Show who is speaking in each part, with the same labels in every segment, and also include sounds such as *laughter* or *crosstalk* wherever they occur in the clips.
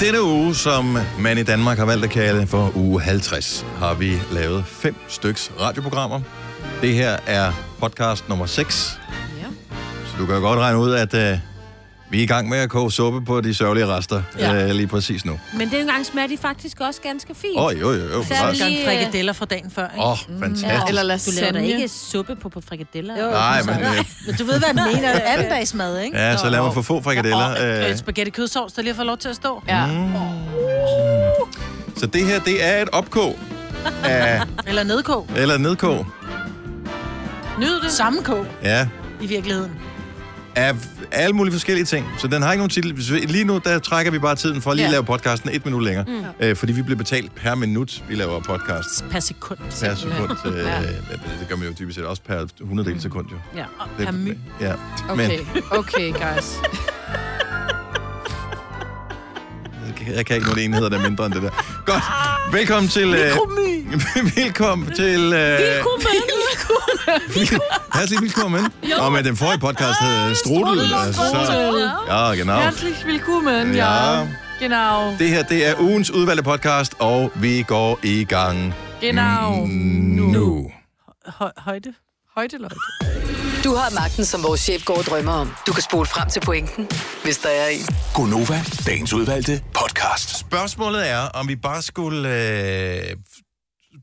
Speaker 1: denne uge, som man i Danmark har valgt at kalde for uge 50, har vi lavet fem styks radioprogrammer. Det her er podcast nummer 6.
Speaker 2: Ja.
Speaker 1: Så du kan jo godt regne ud, at øh, vi er i gang med at koge suppe på de sørgelige rester
Speaker 2: Ja.
Speaker 1: øh, lige præcis nu.
Speaker 3: Men det gang smager de faktisk også ganske fint.
Speaker 1: Åh, oh, jo, jo, jo. øh,
Speaker 3: Så er vi
Speaker 1: Åh,
Speaker 3: lige...
Speaker 4: frikadeller fra dagen før, ikke? Mm.
Speaker 1: oh, fantastisk.
Speaker 2: Eller
Speaker 3: Du laver da
Speaker 2: lasagne.
Speaker 3: ikke suppe på, på frikadeller. Jo.
Speaker 1: Nej, men, øh,
Speaker 4: Men du ved, hvad den mener. Det er anden dags mad, ikke?
Speaker 1: ja, så lad mig for få frikadeller.
Speaker 4: Og
Speaker 1: øh.
Speaker 4: øh, spaghetti kødsovs, der lige har fået lov til at stå.
Speaker 2: Ja.
Speaker 1: Mm, Så det her, det er et opkog. Af,
Speaker 4: Eller nedkog.
Speaker 1: eller et nedkog.
Speaker 4: Nyd det. Sammenkog,
Speaker 1: Ja,
Speaker 4: i virkeligheden.
Speaker 1: af alle mulige forskellige ting. Så den har ikke nogen titel. Hvis vi- Lige nu, der trækker vi bare tiden for at lige
Speaker 2: Ja.
Speaker 1: lave podcasten et minut længere. Mm. Øh, fordi vi bliver betalt per minut, vi laver podcast.
Speaker 4: Per sekund.
Speaker 1: Per sekund. Øh, Det gør man jo typisk set også per 100 del sekund, jo.
Speaker 4: Ja, og
Speaker 1: Det,
Speaker 4: per my.
Speaker 1: ja.
Speaker 2: Okay, okay,
Speaker 4: *laughs*
Speaker 2: guys.
Speaker 1: Men jeg kan ikke nogen enheder, der er mindre end det der. Godt. Velkommen til... Øh, *laughs* velkommen til... Øh, Lad os lige velkommen. Og med den forrige podcast hed øh, Strudel. øh, Så, ja, genau.
Speaker 2: Herzlich willkommen,
Speaker 1: Ja.
Speaker 2: ja. Genau,
Speaker 1: Det her, det er ugens udvalgte podcast, og vi går i gang
Speaker 2: genau.
Speaker 1: Mm, nu.
Speaker 4: Høj, højde.
Speaker 2: Højde, Lloyd.
Speaker 5: Du har magten, som vores chef går og drømmer om. Du kan spole frem til pointen, hvis der er en.
Speaker 6: Gonova, dagens udvalgte podcast.
Speaker 1: Spørgsmålet er, om vi bare skulle øh,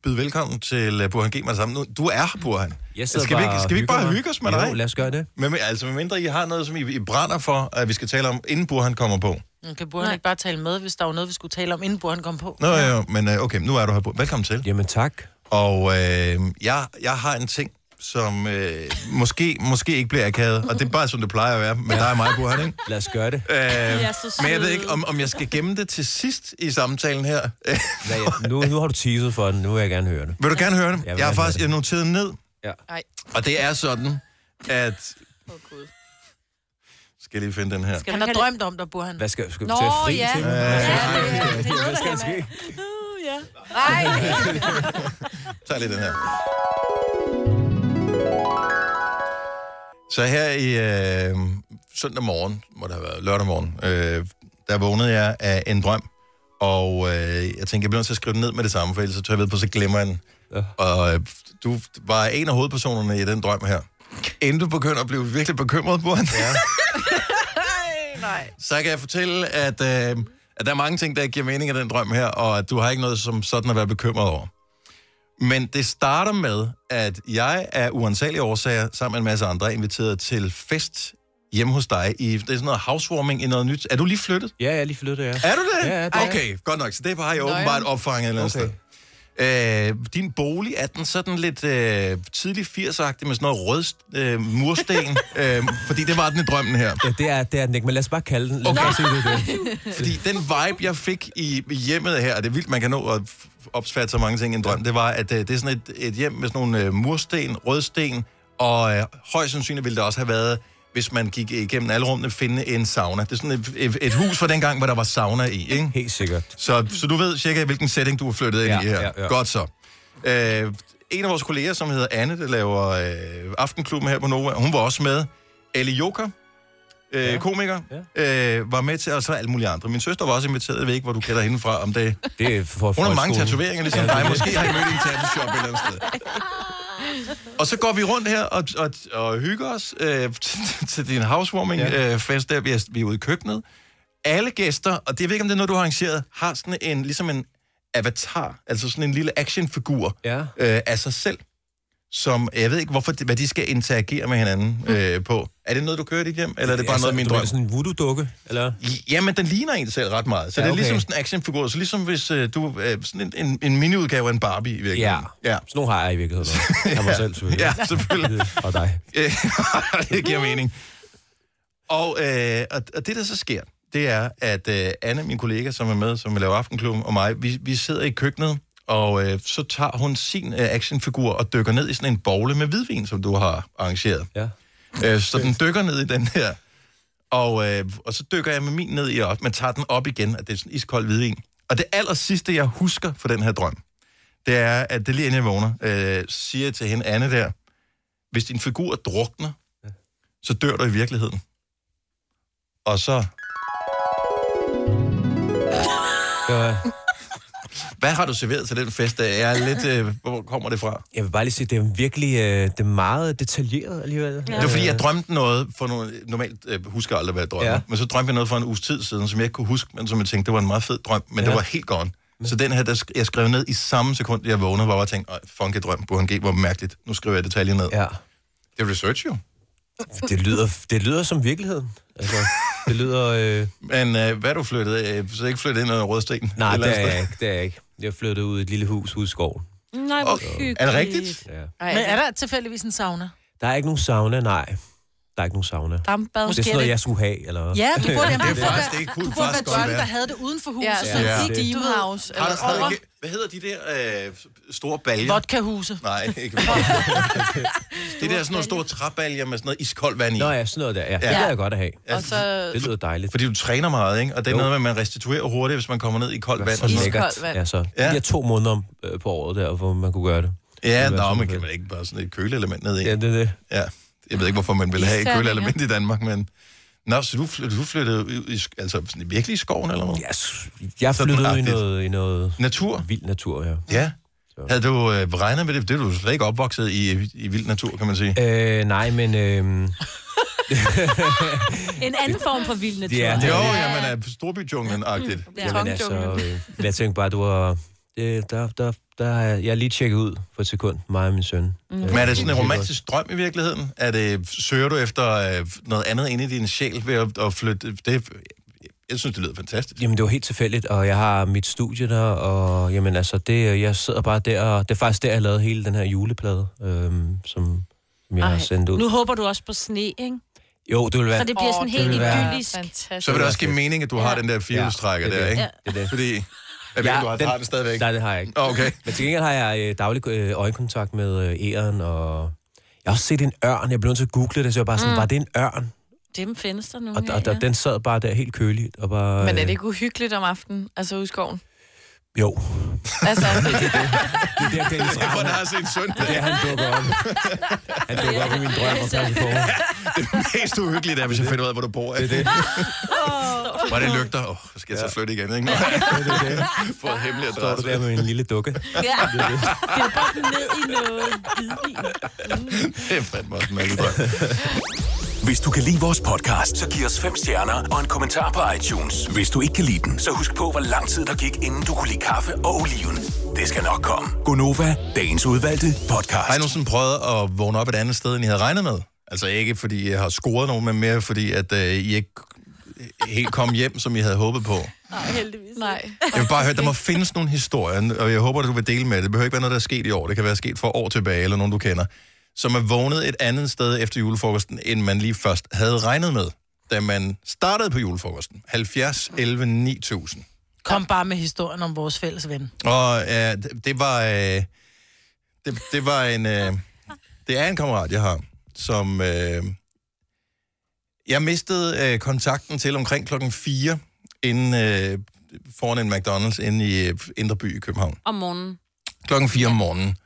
Speaker 1: byde velkommen til øh, Burhan G. sammen. Nu, du er her, Burhan.
Speaker 7: Jeg sidder
Speaker 1: skal, vi ikke,
Speaker 7: og
Speaker 1: skal vi ikke bare
Speaker 7: hygger mig.
Speaker 1: hygge os med
Speaker 7: jo,
Speaker 1: dig?
Speaker 7: lad os gøre det.
Speaker 1: Men, men altså, medmindre I har noget, som I, I brænder for, at vi skal tale om, inden Burhan kommer på.
Speaker 4: Nu Kan Burhan ikke bare tale med, hvis der var noget, vi skulle tale om, inden Burhan kom på?
Speaker 1: Nå ja, men øh, okay, nu er du her, Burhan. Velkommen til.
Speaker 7: Jamen tak.
Speaker 1: Og øh, jeg, jeg har en ting, som øh, måske, måske ikke bliver akavet, og det er bare, som det plejer at være med dig og mig, Burhan, ikke?
Speaker 7: Lad os gøre det.
Speaker 1: Øh,
Speaker 3: er så
Speaker 1: men jeg ved
Speaker 3: søde.
Speaker 1: ikke, om, om jeg skal gemme det til sidst i samtalen her.
Speaker 7: Hvad, jeg- nu, nu har du teaset for den. Nu vil jeg gerne høre det.
Speaker 1: *laughs* vil du gerne høre det?
Speaker 7: Jeg vil
Speaker 1: Jeg har
Speaker 7: gerne
Speaker 1: faktisk
Speaker 7: høre
Speaker 1: jeg noteret ned,
Speaker 7: Ja.
Speaker 2: Ej,
Speaker 1: og det er sådan, at...
Speaker 2: åh gud.
Speaker 1: Skal jeg lige finde den her?
Speaker 4: Han har drømt om dig, Burhan.
Speaker 7: Hvad skal, skal du
Speaker 2: Nå,
Speaker 7: tage fri
Speaker 2: ja.
Speaker 7: til?
Speaker 2: Ja,
Speaker 7: Hvad skal der ske?
Speaker 1: Tag lige den her. Så her i øh, søndag morgen, må det have været lørdag morgen, øh, der vågnede jeg af en drøm, og øh, jeg tænkte, jeg bliver nødt til at skrive den ned med det samme, for ellers så tør jeg ved på, så glemmer jeg den.
Speaker 7: Ja.
Speaker 1: Og øh, du var en af hovedpersonerne i den drøm her. Inden du begynder at blive virkelig bekymret på den, ja. så kan jeg fortælle, at, øh, at der er mange ting, der giver mening af den drøm her, og at du har ikke noget som sådan at være bekymret over. Men det starter med, at jeg af uansagelige årsager, sammen med en masse andre, er inviteret til fest hjemme hos dig. I, det er sådan noget housewarming i noget nyt. Er du lige flyttet?
Speaker 7: Ja, jeg er lige flyttet, ja.
Speaker 1: Er du det?
Speaker 7: Ja, ja, det er jeg.
Speaker 1: okay, godt nok. Så det har jeg
Speaker 2: Nå, ja.
Speaker 1: åbenbart opfanget et eller andet
Speaker 7: Okay.
Speaker 1: sted. Øh, din bolig, er den sådan lidt øh, tidlig 80'er-agtig med sådan noget rød øh, mursten? øh, fordi det var den i drømmen her.
Speaker 7: Ja, det er, det er den ikke, men lad os bare kalde den. Lad os
Speaker 1: Okay.
Speaker 7: bare sige, det er det.
Speaker 1: Fordi den vibe, jeg fik i i hjemmet her, og det er vildt, man kan nå at f- opsfatte så mange ting i en drøm, det var, at øh, det er sådan et, et hjem med sådan nogle øh, mursten, rødsten, og øh, højst sandsynligt ville det også have været, hvis man gik igennem alle rummene, finde en sauna. Det er sådan et, et, et hus fra dengang, hvor der var sauna i, ikke?
Speaker 7: Helt sikkert.
Speaker 1: Så, så du ved cirka, hvilken setting du er flyttet ind
Speaker 7: Ja,
Speaker 1: i her.
Speaker 7: ja, ja.
Speaker 1: Godt så. Øh, en af vores kolleger, som hedder Anne, der laver øh, Aftenklubben her på Nova, hun var også med. Ali Joker, øh,
Speaker 7: Ja.
Speaker 1: komiker, ja. Øh, var med til, og så alle mulige andre. Min søster var også inviteret, jeg ved ikke, hvor du kender hende fra, om det.
Speaker 7: Det er for
Speaker 1: Hun har
Speaker 7: folkeskolen.
Speaker 1: mange tatoveringer, ligesom
Speaker 7: Ja, det er
Speaker 1: dig.
Speaker 7: det.
Speaker 1: Måske har I mødt i en tattoo-shop et eller andet sted. Og så går vi rundt her og, og, og hygger os øh, *laughs* til din housewarming-fest,
Speaker 7: Ja.
Speaker 1: øh, fest der vi er, vi er ude i køkkenet. Alle gæster, og det jeg ved ikke, om det er noget, du har arrangeret, har sådan en, ligesom en avatar, altså sådan en lille actionfigur
Speaker 7: Ja.
Speaker 1: øh, af sig selv, som jeg ved ikke, hvorfor de, hvad de skal interagere med hinanden øh, på. Er det noget, du kører i dit hjem, eller er det bare
Speaker 7: Mm. Altså,
Speaker 1: noget, min
Speaker 7: du
Speaker 1: drøm?
Speaker 7: mener sådan en voodoo-dukke, eller?
Speaker 1: Jamen, den ligner en selv ret meget. Så ja,
Speaker 7: Ja,
Speaker 1: okay. det er
Speaker 7: okay.
Speaker 1: ligesom sådan en actionfigur. Så ligesom hvis øh, du... Øh, sådan en, en, en miniudgave af en Barbie, i
Speaker 7: Ja.
Speaker 1: virkeligheden. Ja.
Speaker 7: Sådan nogle har jeg i virkeligheden også. Jeg mig selv, selvfølgelig.
Speaker 1: *laughs* Ja, selvfølgelig.
Speaker 7: *laughs* Og dig.
Speaker 1: *laughs* Øh, det giver mening. Og, øh, og, og det, der så sker, det er, at øh, Anne, min kollega, som er med, som laver Aftenklubben, og mig, vi, vi sidder i køkkenet, og øh, så tager hun sin øh, actionfigur og dykker ned i sådan en bogle med hvidvin, som du har arrangeret.
Speaker 7: Ja.
Speaker 1: Øh, så den dykker ned i den her. Og, øh, og så dykker jeg med min ned i op, men tager den op igen, og det er sådan iskold hvidvin. Og det aller sidste, jeg husker for den her drøm, det er, at det lige inden jeg vågner, øh, siger jeg til hende, Anne der, hvis din figur drukner, så dør du i virkeligheden. Og så...
Speaker 7: Det var,
Speaker 1: Hvad har du serveret til den fest? Jeg er lidt... Øh, hvor kommer det fra?
Speaker 7: jeg vil bare lige sige, det er virkelig øh, det er meget detaljeret alligevel.
Speaker 1: Det var fordi, jeg drømte noget for nogle... Normalt øh, husker jeg aldrig, hvad jeg drømmer. Ja.
Speaker 7: Ja.
Speaker 1: Men så drømte jeg noget for en uges tid siden, som jeg ikke kunne huske, men som jeg tænkte, det var en meget fed drøm, men ja. det
Speaker 7: Ja.
Speaker 1: var helt gone. Så den her, der sk- jeg skrev ned i samme sekund, jeg vågnede, hvor jeg tænkte, "Ej, funky drøm, Burhan G, hvor mærkeligt. Nu skriver jeg detaljer ned. Ja.
Speaker 7: Ja.
Speaker 1: Det er research jo.
Speaker 7: Det lyder, det lyder som virkeligheden. Altså, det lyder... Øh,
Speaker 1: Men øh, hvad er du flyttet af? Så ikke flyttet ind under rødsten?
Speaker 7: nej,
Speaker 1: Et eller
Speaker 7: det
Speaker 1: andet
Speaker 7: er
Speaker 1: sted?
Speaker 7: jeg ikke. Det er jeg ikke. Jeg flyttede ud i et lille hus Øh, ude i skoven.
Speaker 3: Nej, hvor hyggeligt.
Speaker 1: Er det rigtigt?
Speaker 7: Ja.
Speaker 4: Men er der tilfældigvis en sauna?
Speaker 7: Der er ikke nogen sauna, nej. Der er ikke nogen sauna. Det
Speaker 4: Dampbad.
Speaker 7: er sådan noget, jeg skulle have, eller hvad?
Speaker 4: Ja, du burde,
Speaker 1: *laughs*
Speaker 4: jamen,
Speaker 1: Det
Speaker 4: du
Speaker 1: er
Speaker 4: burde,
Speaker 1: faktisk
Speaker 4: være-
Speaker 1: ikke
Speaker 4: du
Speaker 1: kunne
Speaker 4: burde
Speaker 1: faktisk
Speaker 4: være
Speaker 1: godt
Speaker 4: John,
Speaker 1: være.
Speaker 4: der havde det uden for
Speaker 2: Ja,
Speaker 4: huset.
Speaker 2: så
Speaker 4: Ja, ja.
Speaker 2: ja.
Speaker 7: det-
Speaker 2: Steam House.
Speaker 1: Har
Speaker 2: Eller
Speaker 1: du, har
Speaker 2: sådan
Speaker 1: du
Speaker 2: noget.
Speaker 1: ikke, hvad hedder de der øh, store baljer?
Speaker 4: Vodkahuse.
Speaker 1: Nej, *laughs* ikke Det der sådan nogle store træbaljer med sådan noget iskoldt vand i.
Speaker 7: Nå ja, sådan noget der. Ja, det kan jeg godt at have.
Speaker 2: Og
Speaker 1: Altså-
Speaker 3: altså,
Speaker 2: så
Speaker 7: Det lyder dejligt.
Speaker 1: Fordi du træner meget, ikke? Og det er
Speaker 7: Jo.
Speaker 1: noget med, at man restituerer hurtigt, hvis man kommer ned i koldt vand.
Speaker 7: så
Speaker 1: Og sådan noget.
Speaker 7: lækkert.
Speaker 2: Iskoldt vand.
Speaker 7: Ja, så.
Speaker 1: Ja.
Speaker 7: Ja. De er to måneder om, øh, på året der, hvor man kunne gøre det.
Speaker 1: Ja,
Speaker 7: Det ville være
Speaker 1: nå,
Speaker 7: super
Speaker 1: man kan
Speaker 7: fedt.
Speaker 1: man ikke bare sådan et køleelement ned i.
Speaker 7: Ja, det er det.
Speaker 1: Ja. Jeg ved ikke, hvorfor man ville have et
Speaker 2: Isterninger.
Speaker 1: køleelement i Danmark, men... Nå, så du, fly, du flyttede ud i, sk- altså, sådan, virkelig i skoven eller noget?
Speaker 7: Jeg, s- jeg
Speaker 1: Sådan
Speaker 7: flyttede ud i
Speaker 1: agtigt.
Speaker 7: noget, i noget
Speaker 1: Natur?
Speaker 7: vild natur, ja.
Speaker 1: Ja. Havde du øh, regnet med det? Det er du slet ikke opvokset i, i vild natur, kan man sige.
Speaker 7: Øh, nej, men... Øh,
Speaker 3: En anden form for vild natur.
Speaker 7: Det er det.
Speaker 1: Jo, jamen, er storbyjunglen-agtigt.
Speaker 7: Jamen altså, øh, men jeg tænkte bare, du var... Det, der, der, der, er- jeg er lige tjekket ud for et sekund, mig og min søn. Mm.
Speaker 1: Men er det sådan en romantisk drøm i virkeligheden? Er det, søger du efter øh, noget andet inde i din sjæl ved at, at flytte? Det, jeg synes, det lyder
Speaker 7: *laughs*
Speaker 1: fantastisk.
Speaker 7: Jamen, det var helt tilfældigt, og jeg har mit studie der, og jamen, altså, det, øh, jeg sidder bare der, og det er faktisk der, jeg lavede hele den her juleplade, øhm, som som jeg har sendt ud.
Speaker 3: Nu håber du også på sne, ikke?
Speaker 7: Jo, det vil være...
Speaker 3: Så det bliver sådan
Speaker 7: det
Speaker 3: helt
Speaker 7: ville være-
Speaker 3: idyllisk.
Speaker 2: Fantastisk.
Speaker 1: Så vil det også give mening, at du har den der firehjulstrækker
Speaker 7: Ja, det er
Speaker 1: der,
Speaker 7: det.
Speaker 1: ikke?
Speaker 7: Ja. Det er det.
Speaker 1: Fordi, jeg ved, du har, den, har det stadigvæk.
Speaker 7: Nej, det har jeg ikke.
Speaker 1: Okay.
Speaker 7: Men til gengæld har jeg øh, daglig øh, øjenkontakt med øh, æren, og jeg har også set en ørn. Jeg blev nødt til at google det, så jeg bare sådan, mm. var det en ørn?
Speaker 3: Dem findes der nogle
Speaker 7: Og, og,
Speaker 3: af,
Speaker 7: og den sad bare der helt køligt, og bare...
Speaker 2: Men er
Speaker 7: øh, *laughs*
Speaker 2: det ikke uhyggeligt om aftenen, altså ude i skoven?
Speaker 7: Jo.
Speaker 2: Altså,
Speaker 7: Det er der, Dennis
Speaker 1: For der
Speaker 7: Rahmer,
Speaker 1: har set søndag.
Speaker 7: det er, han dukker op. Han dukker op i min drøm og passer på.
Speaker 1: *laughs* Det mest uhyggelige er, hvis jeg finder ud af, hvor du bor. Det er det. Hvor det lygter. Åh, skal jeg så flytte igen, ikke? *laughs* Nej. For en hemmelig
Speaker 7: Står du
Speaker 1: adresse.
Speaker 7: der med en lille dukke?
Speaker 3: Ja. Det er bare ned i noget hvidvin.
Speaker 1: Det er fandme også en mærkelig drøm.
Speaker 6: Hvis du kan lide vores podcast, så giv os fem stjerner og en kommentar på iTunes. Hvis du ikke kan lide den, så husk på, hvor lang tid der gik, inden du kunne lide kaffe og oliven. Det skal nok komme. Gonova, dagens udvalgte podcast.
Speaker 1: Har I nogensinde prøvet at vågne op et andet sted, end I havde regnet med? Altså ikke fordi jeg har scoret nogen, men mere fordi, at øh, I ikke helt kom hjem, som I havde håbet på.
Speaker 2: nej.
Speaker 1: Jeg vil bare høre, der må findes nogle historier, og jeg håber, at du vil dele med det. Det behøver ikke være noget, der er sket i år. Det kan være sket for år tilbage, eller nogen, du kender. Som er vågnet et andet sted efter julefrokosten, end man lige først havde regnet med, da man startede på julefrokosten. 70, 11, 9000.
Speaker 4: Kom bare med historien om vores fælles ven.
Speaker 1: Og øh, det- det var... Øh, det, det var en... Øh, det er en kammerat, jeg har, som... Øh, jeg mistede øh, kontakten til omkring klokken 4 inden, øh, foran en McDonald's inde i øh, Indre By i København.
Speaker 3: Om morgenen.
Speaker 1: Klokken 4 om morgenen.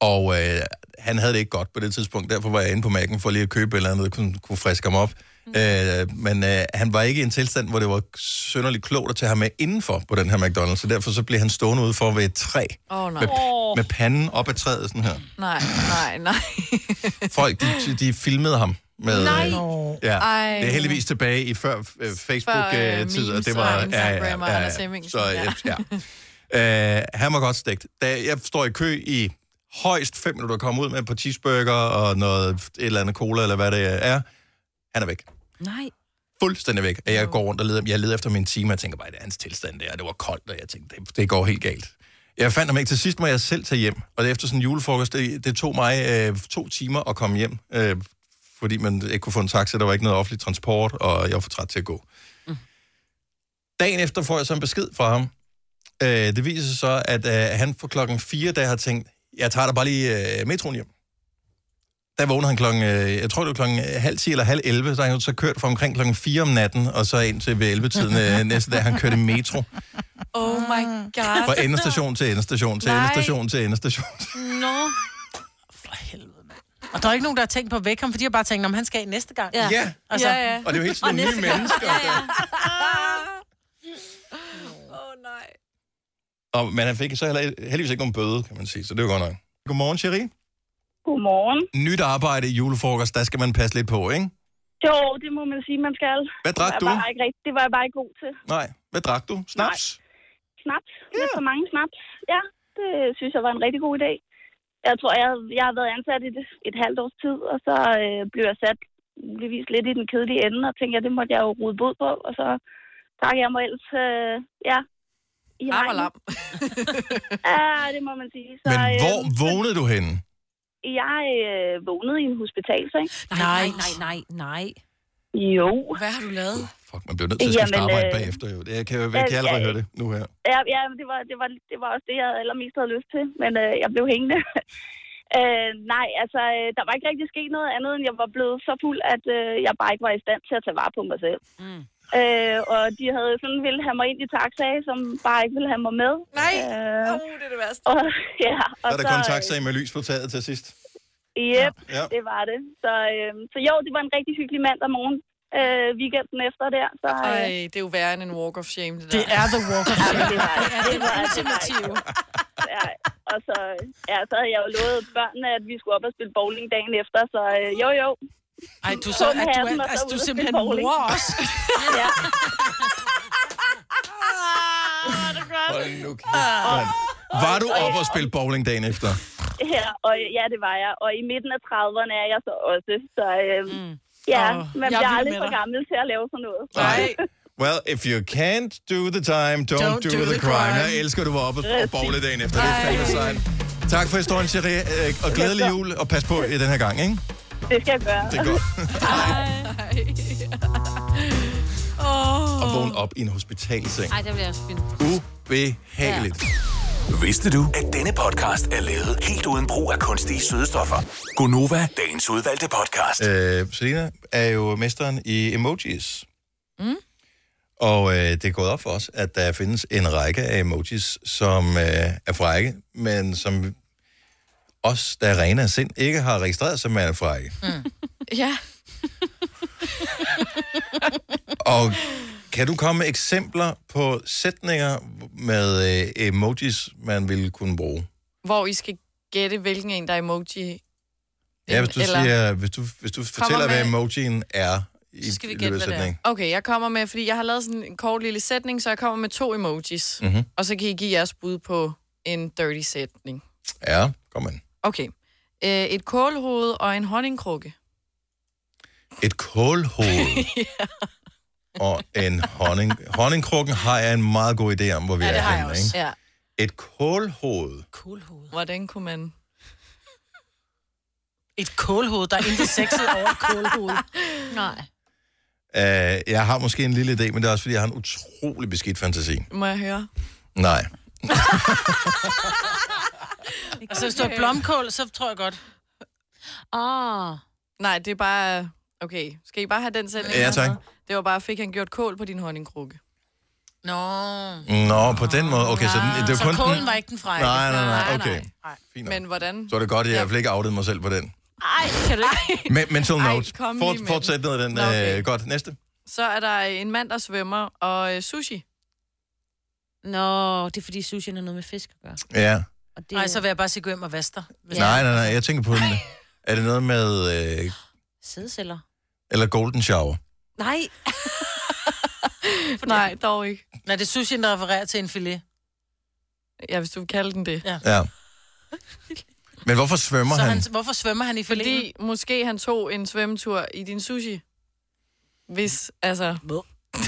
Speaker 1: Og øh, han havde det ikke godt på det tidspunkt, derfor var jeg inde på Mac'en for lige at købe et eller andet, der kunne, kunne friske ham op. Mm. Øh, men øh, han var ikke i en tilstand, hvor det var synderligt klogt at tage ham med indenfor på den her McDonald's, så derfor så blev han stående ude for ved et træ
Speaker 2: Åh, oh, nej.
Speaker 1: med, med panden op ad træet sådan her.
Speaker 2: Nej, nej, nej.
Speaker 1: Folk, de, de filmede ham. Med, *laughs* Nej. Ja.
Speaker 2: Ej.
Speaker 1: Det er heldigvis tilbage i før
Speaker 2: Før, øh,
Speaker 1: Facebook-tid, og
Speaker 2: memes
Speaker 1: det
Speaker 2: og
Speaker 1: var...
Speaker 2: Instagram og Anders Hemmingsen,
Speaker 1: Så, ja. ja. Øh, han var godt stegt. Da jeg står i kø i højst fem minutter, kommer ud med et par cheeseburger og noget, et eller andet cola, eller hvad det er, han er væk
Speaker 3: Nej.
Speaker 1: fuldstændig væk, at jeg går rundt og leder, jeg leder efter min time, og jeg tænker bare, det er hans tilstand der, det var koldt, og jeg tænkte, det, det går helt galt. Jeg fandt ham ikke. Til sidst må jeg selv tage hjem, og efter sådan en julefrokost, det, det tog mig øh, to timer at komme hjem, øh, fordi man ikke kunne få en taxa, der var ikke noget offentlig transport, og jeg var for træt til at gå. Dagen efter får jeg så en besked fra ham. Øh, det viser sig så, at øh, han for klokken 4, da har tænkt, jeg tager da bare lige øh, metroen hjem. Der vågner han klokken, øh, jeg tror det var klokken halv 10 eller halv 11, så har han jo så kørt fra omkring klokken 4 om natten, og så ind til ved 11-tiden øh, næste dag, han kørte i metro
Speaker 2: Oh my god.
Speaker 1: fra endestation til endestation til
Speaker 2: Nej.
Speaker 1: endestation til endestation.
Speaker 3: Nå.
Speaker 4: For helvede, mand. Og der er ikke nogen, der har tænkt på at vække ham, fordi jeg bare tænker, om han skal næste gang.
Speaker 3: Ja.
Speaker 1: Ja,
Speaker 4: Altså,
Speaker 2: Ja, ja.
Speaker 1: og det er jo helt sådan nogle nye mennesker.
Speaker 3: Ja, ja.
Speaker 2: Åh, oh, nej.
Speaker 1: Og, men han fik så heller, heldigvis ikke nogen bøde, kan man sige, så det var godt nok. Godmorgen, Cherie.
Speaker 3: Godmorgen.
Speaker 1: Nyt arbejde i julefrokost, der skal man passe lidt på, ikke?
Speaker 3: Jo, det må man sige, man skal.
Speaker 1: Hvad drak
Speaker 3: det var jeg
Speaker 1: du?
Speaker 3: Bare ikke rigtig, det var jeg bare ikke god til.
Speaker 1: Nej. Hvad drak du? Snaps?
Speaker 3: Snaps. Lidt for mange snaps. Ja, det synes jeg var en rigtig god idé. Jeg tror, jeg, jeg har været ansat i et, et halvt års tid, og så øh, blev jeg sat bevis lidt i den kedelige ende, og tænkte, at det måtte jeg jo rode bod på, og så drak jeg mig ellers, øh, ja, i
Speaker 2: Ham og lam.
Speaker 3: *laughs* Ja, det må man sige. Så,
Speaker 1: Men
Speaker 3: øh,
Speaker 1: hvor vågnede du henne?
Speaker 3: Jeg øh, vågnede i en hospital, så ikke?
Speaker 8: Nej, nej, nej, nej, nej.
Speaker 3: Jo.
Speaker 8: Hvad har du lavet?
Speaker 1: Fuck, man bliver nødt til at skifte
Speaker 3: Jamen,
Speaker 1: arbejde
Speaker 3: øh,
Speaker 1: bagefter, jo. Det kan jeg, jeg kan
Speaker 3: ja,
Speaker 1: allerede
Speaker 3: ja.
Speaker 1: høre det nu her.
Speaker 3: Ja, ja men det, var, det, var, det var også det, jeg allermest havde lyst til, men øh, jeg blev hængende. *laughs* øh, nej, altså, øh, der var ikke rigtig sket noget andet, end jeg var blevet så fuld, at øh, jeg bare ikke var i stand til at tage vare på mig selv.
Speaker 8: Mm.
Speaker 3: Øh, og de havde sådan ville have mig ind i taxaer, som bare ikke ville have mig med.
Speaker 2: Nej.
Speaker 3: Øh,
Speaker 2: Åh, oh, det er det værste.
Speaker 3: og, *laughs* ja, og
Speaker 1: Der er der
Speaker 3: så,
Speaker 1: kun taxa med lys på taget til sidst.
Speaker 3: Øh, yep,
Speaker 1: Ja.
Speaker 3: det var det. Så, øh, så jo, det var en rigtig hyggelig mandag morgen øh, weekenden efter der. Så,
Speaker 2: Ej,
Speaker 3: øh,
Speaker 2: det er jo værre end en walk of shame, det der.
Speaker 4: Det er the walk of
Speaker 3: ja,
Speaker 4: shame.
Speaker 3: det var,
Speaker 8: Ja, det er ultimative.
Speaker 3: ja, og så, ja, så havde jeg jo lovet børnene, at vi skulle op og spille bowling dagen efter, så øh, jo jo.
Speaker 4: Ej, du, er så, at du, er, altså, du er simpelthen mor også.
Speaker 3: *laughs* Ja.
Speaker 1: Hold nu kæft,
Speaker 3: Ah.
Speaker 1: mand. Var du op og spille bowling dagen efter?
Speaker 3: ja, og ja, det var jeg. Og i midten af 30'erne er jeg så også, så øh, mm. ja,
Speaker 4: Åh,
Speaker 3: man
Speaker 4: jeg er
Speaker 3: bliver
Speaker 4: vild
Speaker 3: aldrig
Speaker 4: med
Speaker 3: for
Speaker 4: dig.
Speaker 3: gammel til at lave sådan noget.
Speaker 1: Nej. Well, if you can't do the time, don't, don't do, the, crime. Jeg elsker, du var oppe og bowle dagen efter. Det er fandme sejt. Tak for historien, Cherie, øh, og glædelig jul, og pas på i den her gang, ikke?
Speaker 9: *laughs*
Speaker 3: Det skal jeg gøre.
Speaker 1: Det er godt. Og vågne op i en hospitalseng.
Speaker 8: Ej, det bliver jeg også fint.
Speaker 1: Ubehageligt.
Speaker 6: Vidste du, at denne podcast er lavet helt uden brug af kunstige sødestoffer? Gonova, dagens udvalgte podcast.
Speaker 1: Øh, Selina er jo mesteren i emojis. Mm. Og øh, det er gået op for os, at der findes en række af emojis, som øh, er frække, men som os, der er rene af sind, ikke har registreret som værende frække. Mm.
Speaker 2: Ja.
Speaker 1: Og kan du komme med eksempler på sætninger med øh, emojis, man ville kunne bruge?
Speaker 2: Hvor I skal gætte, hvilken en, der er emoji.
Speaker 1: Ja, hvis du,
Speaker 2: Eller-
Speaker 1: siger, hvis du, hvis du fortæller, hvad
Speaker 2: med-
Speaker 1: emojien er i,
Speaker 4: Så skal vi
Speaker 1: i
Speaker 4: gætte,
Speaker 1: løbet af
Speaker 4: hvad det er.
Speaker 1: sætningen.
Speaker 2: Okay, jeg kommer med, fordi jeg har lavet sådan en kort lille sætning, så jeg kommer med to emojis.
Speaker 1: Mhm.
Speaker 2: Og så kan I give jeres bud på en dirty sætning.
Speaker 1: Ja, kom an.
Speaker 2: Okay. Øh, et kålhoved og en honningkrukke.
Speaker 1: et kålhoved og en honning. Honningkrukken har jeg en meget god idé om, hvor vi
Speaker 8: Ja,
Speaker 1: er
Speaker 8: det har jeg
Speaker 1: henne.
Speaker 8: også.
Speaker 1: Ikke?
Speaker 2: *laughs* Ja.
Speaker 1: Et kålhoved.
Speaker 8: Kulhoved.
Speaker 2: Hvordan kunne man...
Speaker 4: Et kålhoved, der er intet sexet over et
Speaker 2: *laughs*
Speaker 4: kålhoved.
Speaker 8: Nej.
Speaker 1: Uh, jeg har måske en lille idé, men det er også, fordi jeg har en utrolig beskidt fantasi.
Speaker 2: Må jeg høre?
Speaker 1: Nej.
Speaker 4: Altså, hvis du har blomkål, så tror jeg godt.
Speaker 8: Åh. Oh.
Speaker 2: Ah. Nej, det er bare... Okay, skal I bare have den sætning?
Speaker 1: Ja,
Speaker 2: jeg
Speaker 1: tak.
Speaker 2: havde? Det var bare, fik han gjort kål på din honningkrukke.
Speaker 4: Nå.
Speaker 1: Nå, på den måde. Okay, så den, det
Speaker 4: Så
Speaker 1: er kun
Speaker 4: kålen
Speaker 1: den...
Speaker 4: var ikke den frække.
Speaker 1: Nej, nej, nej,
Speaker 2: Nej,
Speaker 1: okay.
Speaker 4: nej.
Speaker 1: Fint
Speaker 2: Men
Speaker 1: nok.
Speaker 2: hvordan?
Speaker 1: Så er det godt, at jeg i hvert fald ikke outede mig selv på den.
Speaker 8: Ej, kan du ikke?
Speaker 1: Men, mental
Speaker 2: Ej,
Speaker 1: note.
Speaker 2: kom lige
Speaker 1: Fort,
Speaker 2: med den.
Speaker 1: fortsæt ned ad den.
Speaker 2: Nå, okay.
Speaker 1: Øh, godt, næste.
Speaker 2: Så er der en mand, der svømmer, og øh, sushi.
Speaker 8: Nå, det er fordi sushi har noget med fisk at gøre.
Speaker 1: Ja.
Speaker 8: Og det
Speaker 4: Nej, så vil jeg bare sige, gå hjem og vaske dig.
Speaker 8: Ja.
Speaker 1: Nej, nej, nej, jeg tænker på den. Er det noget med... Øh,
Speaker 8: Sædceller.
Speaker 1: eller golden shower?
Speaker 8: Nej.
Speaker 2: *laughs* Nej, dog ikke.
Speaker 4: Nej, det er sushi, der refererer til en filet.
Speaker 2: Ja, hvis du vil kalde den det.
Speaker 1: Ja. Men hvorfor svømmer
Speaker 4: Så
Speaker 1: han?
Speaker 4: han, hvorfor svømmer han i fileten?
Speaker 2: Fordi måske han tog en svømmetur i din sushi. Hvis, altså...
Speaker 4: Ah,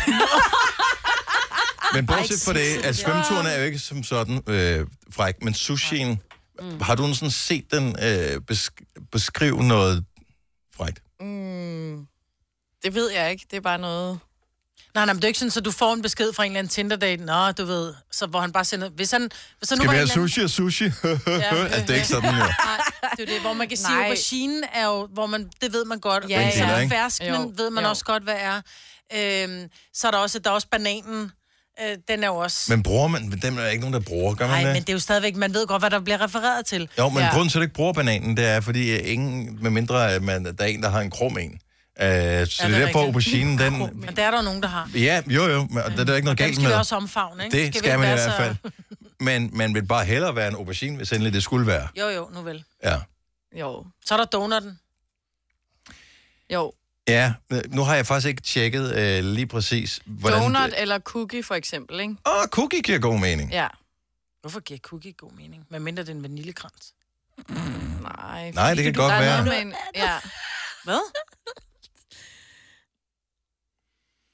Speaker 1: Men bortset fra det, at svømmeturen er jo ikke som sådan øh, fræk, men sushien, mm. har du sådan set den øh, besk- beskrive noget frækt?
Speaker 2: Mm, det ved jeg ikke. Det er bare noget...
Speaker 4: Nej, nej, men det er ikke sådan, så du får en besked fra en eller anden Tinder-date. Nå, du ved, så hvor han bare sender... Hvis han, hvis han nu
Speaker 1: Skal
Speaker 4: var
Speaker 1: vi
Speaker 4: en
Speaker 1: have
Speaker 4: eller anden-
Speaker 1: sushi og sushi? *laughs* altså, det er ikke sådan, jo.
Speaker 4: Nej, det er jo det, hvor man kan sige,
Speaker 2: Nej.
Speaker 4: at aubergine er jo, hvor man, det ved man godt.
Speaker 2: Ja,
Speaker 4: Ja,
Speaker 1: ja.
Speaker 4: ja.
Speaker 1: ikke?
Speaker 4: Fersken
Speaker 2: Jo,
Speaker 4: ved man
Speaker 2: jo.
Speaker 4: også godt, hvad er. Øhm, så er der også, der er også bananen. Øh, den er jo også...
Speaker 1: Men bruger man, dem er der ikke nogen, der bruger, gør man
Speaker 4: Nej,
Speaker 1: det?
Speaker 4: men det er jo stadigvæk, man ved godt, hvad der bliver refereret til.
Speaker 1: Jo, men ja.
Speaker 2: Ja.
Speaker 1: øh, grunden til, at du ikke bruger bananen, det er, fordi øh, ingen, med mindre at man, der er en, der har en krum en, Øh, så ja, det er derfor,
Speaker 4: rigtigt.
Speaker 1: auberginen, den...
Speaker 4: Men der er der jo nogen, der har.
Speaker 1: Ja, jo jo, men det er der ikke noget
Speaker 4: Den
Speaker 1: galt
Speaker 4: skal
Speaker 1: med.
Speaker 4: vi også omfavne, ikke?
Speaker 1: Det
Speaker 4: Skal vi
Speaker 1: skal,
Speaker 4: ikke
Speaker 1: man i
Speaker 4: være
Speaker 1: hvert
Speaker 4: så-
Speaker 1: fald. Men man vil bare hellere være en aubergine, hvis endelig det skulle være.
Speaker 4: *laughs* Jo, jo, nu vel.
Speaker 1: Ja.
Speaker 2: Jo.
Speaker 4: Så er der donutten.
Speaker 2: Jo.
Speaker 1: Ja, øh, nu har jeg faktisk ikke tjekket øh, lige præcis, hvordan...
Speaker 2: Donut eller cookie, for eksempel, ikke?
Speaker 1: Åh, oh, cookie giver god mening.
Speaker 2: Ja.
Speaker 4: Hvorfor giver cookie god mening? Hvad mindre det er en vaniljekrans?
Speaker 2: Nej,
Speaker 1: Nej,
Speaker 2: fordi
Speaker 1: det kan
Speaker 2: du-
Speaker 1: godt
Speaker 2: der er
Speaker 1: være.
Speaker 2: Noget med en, ja.
Speaker 4: Hvad?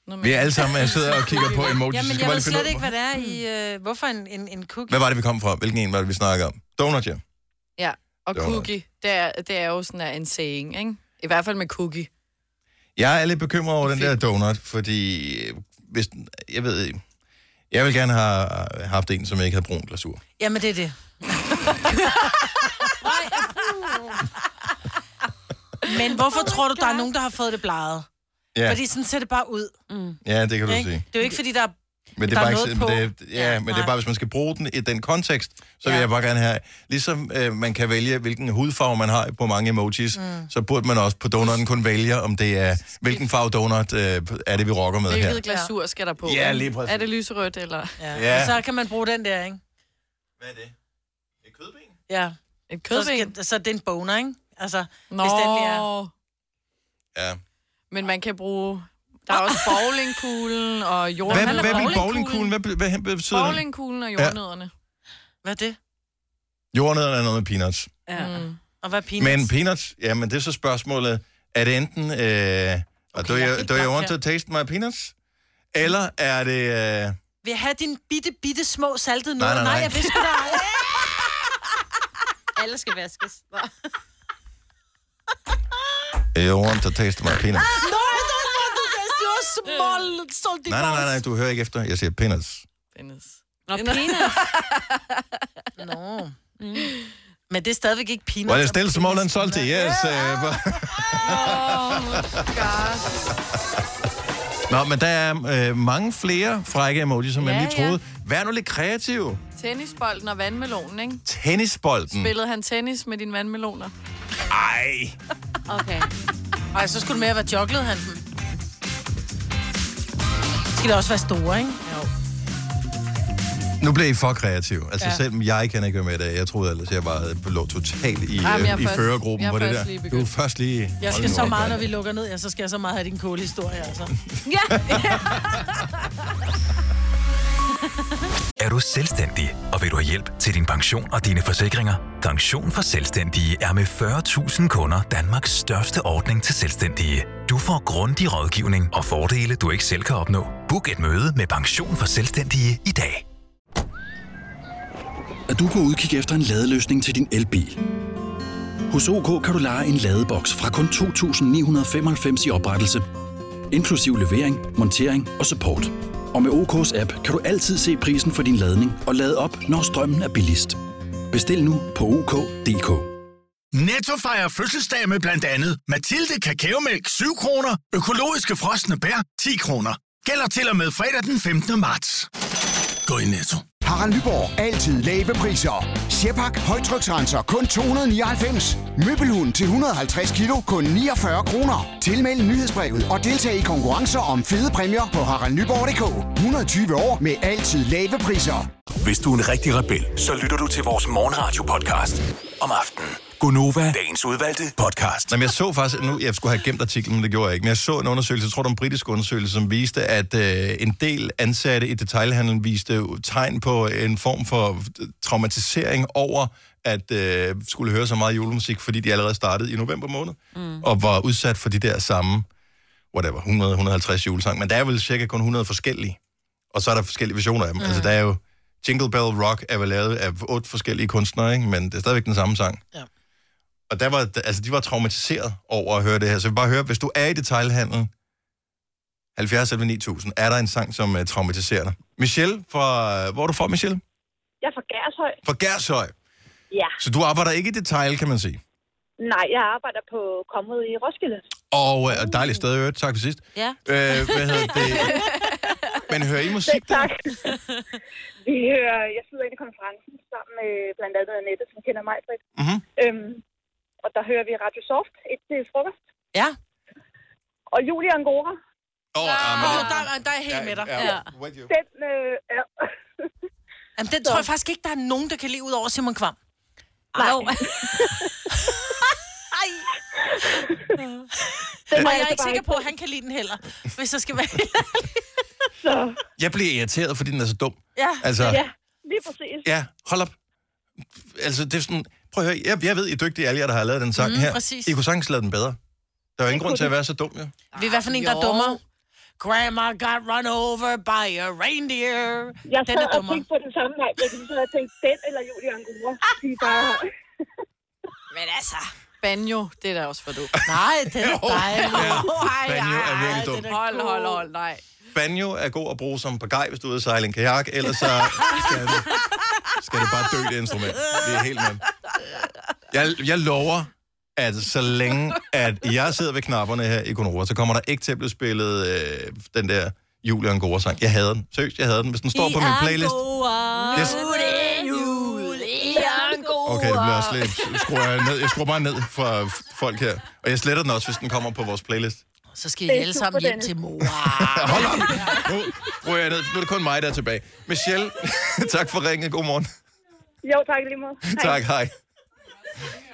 Speaker 2: Noget med
Speaker 1: Vi er alle sammen, jeg sidder og kigger på emojis.
Speaker 4: *laughs* Jamen,
Speaker 1: skal
Speaker 4: jeg
Speaker 1: bare lige finde
Speaker 4: ved slet
Speaker 1: ud-
Speaker 4: ikke, hvad det er i... Øh, hvorfor en, en, en cookie?
Speaker 1: Hvad var det, vi kom fra? Hvilken en var det, vi snakkede om? Donut, ja.
Speaker 2: Ja, og
Speaker 1: Det var
Speaker 2: cookie, det er, det er jo sådan en saying, ikke? I hvert fald med cookie.
Speaker 1: Jeg er lidt bekymret over den der donut, fordi... øh, Hvis, den- jeg ved ikke. Jeg vil gerne have have haft en, som ikke havde brun glasur.
Speaker 4: Jamen, det er det. Men hvorfor tror du, der er nogen, der har fået det bleget?
Speaker 1: Ja,
Speaker 4: Fordi sådan ser det bare ud.
Speaker 1: ja det kan du
Speaker 4: Ikke?
Speaker 1: sige.
Speaker 4: Det er jo ikke, fordi der er...
Speaker 1: Men det
Speaker 4: Der
Speaker 1: er,
Speaker 4: er
Speaker 1: bare
Speaker 4: noget
Speaker 1: ikke, men
Speaker 4: på.
Speaker 1: det, ja,
Speaker 4: Ja,
Speaker 1: men det er
Speaker 4: nej.
Speaker 1: bare, hvis man skal bruge den i den kontekst, så vil
Speaker 4: Ja.
Speaker 1: jeg bare gerne have, ligesom øh, man kan vælge, hvilken hudfarve man har på mange emojis, mm. så burde man også på donutten kun vælge, om det er, hvilken farve donut øh, er det, vi rocker med her.
Speaker 2: Hvilket glasur skal der på?
Speaker 1: Ja,
Speaker 2: ikke?
Speaker 1: lige præcis.
Speaker 2: Er det lyserødt, eller
Speaker 4: Ja.
Speaker 1: Ja.
Speaker 4: ja. Og så kan man bruge den der, ikke?
Speaker 1: Hvad er det? Det er kødben?
Speaker 4: Ja.
Speaker 2: et
Speaker 4: Så,
Speaker 2: kødben?
Speaker 4: skal, så er det en boner, ikke? Altså,
Speaker 2: Nå,
Speaker 4: hvis den der...
Speaker 1: Ja.
Speaker 2: men man kan bruge... Der er også bowlingkuglen og
Speaker 1: Hvad,
Speaker 2: jordnødderne.
Speaker 1: hvad, hvad med
Speaker 4: bowlingkuglen?
Speaker 1: bowlingkuglen? Hvad, hvad, hvad betyder den?
Speaker 2: Bowlingkuglen og jordnødderne.
Speaker 4: Hvad er det?
Speaker 1: Jordnødderne er noget med peanuts.
Speaker 3: Ja.
Speaker 2: Mm.
Speaker 4: Og hvad er peanuts?
Speaker 1: Men peanuts, ja, men det er så spørgsmålet, er det enten, øh, okay, do,
Speaker 4: jeg er
Speaker 1: you,
Speaker 4: helt
Speaker 1: do you
Speaker 4: blank
Speaker 1: want
Speaker 4: her.
Speaker 1: to taste my peanuts? Eller er det... Øh,
Speaker 4: Vil jeg have dine bitte, bitte små saltede
Speaker 1: Nej,
Speaker 4: noget?
Speaker 1: nej, nej.
Speaker 4: jeg vidste sgu da aldrig.
Speaker 3: Alle skal vaskes. Nå.
Speaker 1: you want to taste my peanuts?
Speaker 4: No, I don't want to taste your small salty
Speaker 1: Nej, nej, nej, nej, du hører ikke efter. Jeg siger peanuts.
Speaker 2: Dennis.
Speaker 3: Nå, penis.
Speaker 4: *laughs* Nå. Men det er stadigvæk ikke peanuts.
Speaker 1: Well, it's
Speaker 4: og
Speaker 1: still small and
Speaker 4: penis.
Speaker 1: salty, yes. Uh, *laughs*
Speaker 4: Oh
Speaker 1: Nå, men der er øh, mange flere frække emojis, som ja, man
Speaker 2: Ja,
Speaker 1: lige troede. Ja. Vær nu lidt kreativ.
Speaker 2: Tennisbolden og vandmelonen, ikke?
Speaker 1: Tennisbolden.
Speaker 2: Spillede han tennis med dine vandmeloner?
Speaker 1: Ej.
Speaker 3: Okay.
Speaker 4: Ej, så skulle det mere være chocolate, han den. Skal det også være store, ikke? Jo.
Speaker 1: Nu blev I for kreativ. Altså, ja. selv jeg kan ikke være med i dag. Jeg troede ellers, jeg bare lå totalt i,
Speaker 2: Ej, men jeg
Speaker 1: Ej,
Speaker 2: er
Speaker 1: i
Speaker 2: først-
Speaker 1: førergruppen
Speaker 2: jeg er
Speaker 1: på det
Speaker 2: først
Speaker 1: der.
Speaker 2: lige
Speaker 1: du er
Speaker 2: begyndt.
Speaker 1: først lige...
Speaker 4: Jeg
Speaker 1: Hold
Speaker 4: skal
Speaker 1: nu
Speaker 4: så
Speaker 1: op,
Speaker 4: meget,
Speaker 1: mand.
Speaker 4: når vi lukker ned, ja, så skal jeg så meget have din kåle historie, altså. *laughs*
Speaker 6: Er du selvstændig, og vil du have hjælp til din pension og dine forsikringer? Pension for Selvstændige er med 40.000 kunder Danmarks største ordning til selvstændige. Du får grundig rådgivning og fordele, du ikke selv kan opnå. Book et møde med Pension for Selvstændige i dag.
Speaker 10: at du kan udkigge efter en ladeløsning til din elbil. Hos OK kan du lege en ladeboks fra kun 2.995 i oprettelse, inklusiv levering, montering og support. Og med OK's app kan du altid se prisen for din ladning og lade op, når strømmen er billigst. Bestil nu på OK.dk.
Speaker 11: Netto fejrer fødselsdag med blandt andet Mathilde Kakaomælk 7 kroner, økologiske frosne bær 10 kroner. Gælder til og med fredag den 15. marts. Gå i Netto.
Speaker 12: Harald Nyborg. Altid lave priser. Sjehpak. Højtryksrenser. Kun 299. Møbelhund til 150 kilo. Kun 49 kroner. Tilmeld nyhedsbrevet og deltag i konkurrencer om fede præmier på haraldnyborg.dk. 120 år med altid lave priser.
Speaker 6: Hvis du er en rigtig rebel, så lytter du til vores morgenradio-podcast om aftenen. Gonova, dagens udvalgte podcast.
Speaker 1: Nå, men jeg så faktisk, nu jeg skulle have gemt artiklen, men det gjorde jeg ikke, men jeg så en undersøgelse, jeg tror det var en britisk undersøgelse, som viste, at øh, en del ansatte i detailhandlen viste jo tegn på en form for øh, traumatisering over at øh, skulle høre så meget julemusik, fordi de allerede startede i november måned, mm. og var udsat for de der samme, whatever, 100-150 julesange, men der er vel cirka kun 100 forskellige, og så er der forskellige versioner af dem. Mm. Altså der er jo, Jingle Bell Rock er vel lavet af otte forskellige kunstnere, ikke? men det er stadigvæk den samme sang. Og der var, altså, de var traumatiseret over at høre det her. Så jeg vil bare høre, hvis du er i detailhandel, 70 eller 9000, er der en sang, som uh, traumatiserer dig. Michelle, fra, øh, hvor er du fra, Michelle?
Speaker 9: Jeg er fra Gærshøj.
Speaker 1: Fra Gershøj.
Speaker 9: Ja.
Speaker 1: Så du arbejder ikke i detail, kan man sige.
Speaker 9: Nej, jeg arbejder på kommet i Roskilde.
Speaker 1: Og uh, dejligt sted, i øvrigt. Tak for sidst.
Speaker 3: Ja.
Speaker 1: Øh, hvad hedder det?
Speaker 9: *laughs*
Speaker 1: Men hører I musik der?
Speaker 9: Tak. Vi hører, jeg sidder inde i konferencen sammen med blandt andet Annette, som kender mig, Britt.
Speaker 1: Mhm.
Speaker 9: Øhm, og der hører vi Radio Soft indtil frokost.
Speaker 4: Ja.
Speaker 9: Og Julie Angora.
Speaker 1: Åh, oh,
Speaker 4: Åh, der, er- der er jeg helt med dig. Ja.
Speaker 9: Den, øh, ja.
Speaker 4: *laughs* Jamen, den tror jeg faktisk ikke, der er nogen, der kan leve ud over Simon Kvam.
Speaker 9: Nej. *laughs*
Speaker 4: Jo. Ej.
Speaker 9: Den
Speaker 4: Og
Speaker 9: var
Speaker 4: jeg
Speaker 9: altså
Speaker 4: er ikke
Speaker 9: bare
Speaker 4: sikker
Speaker 9: ikke
Speaker 4: på, at han kan lide den heller, hvis jeg skal være *laughs*
Speaker 1: Jeg bliver irriteret, fordi den er så dum. altså,
Speaker 9: ja, lige præcis.
Speaker 1: Ja, hold op. Altså, det er sådan... Prøv at høre, jeg, jeg ved, I er dygtige, alle jer, der har lavet den
Speaker 9: Mhm,
Speaker 1: sang
Speaker 4: Mm,
Speaker 1: her.
Speaker 4: præcis.
Speaker 1: I kunne sagtens lave den bedre. Der er jo ingen grund til at
Speaker 4: kunne
Speaker 1: være så dum, jo.
Speaker 4: Vi er i hvert fald en, der er
Speaker 3: Jo.
Speaker 4: dummere. Grandma got run over by a reindeer.
Speaker 9: Jeg
Speaker 4: den
Speaker 9: sad
Speaker 4: er
Speaker 9: og
Speaker 4: dummere.
Speaker 9: tænkte på den samme vej, men så havde jeg tænkt, den eller Julie Angora. *laughs* De er bare...
Speaker 2: Men altså... Banjo, det er da også for dumt.
Speaker 4: Nej, det er dejligt.
Speaker 1: Ja, Banjo er virkelig dum.
Speaker 2: Hold, hold, hold, nej.
Speaker 1: Banjo er god at bruge som pagaj, hvis du er ude at sejle en kajak, ellers så skal det, skal det bare dø, det instrument. Det er helt med. Jeg, jeg lover, at så længe at jeg sidder ved knapperne her i Konora, så kommer der ikke til at blive spillet øh, den der Julie Angora-sang. Jeg hader den. Seriøst, jeg hader den. Hvis den står på min playlist... Yes. Okay, det bliver også lidt... Skruer jeg, ned. jeg skruer bare ned for f- folk her. Og jeg sletter den også, hvis den kommer på vores playlist.
Speaker 4: Så skal I alle sammen hjem til mor.
Speaker 1: Hold op! Nu bruger jeg ned. Nu er det kun mig, der er tilbage. Michelle, *laughs* tak for ringet. God morgen.
Speaker 9: Jo, tak i lige måde. Hej.
Speaker 1: *laughs* Tak, hej.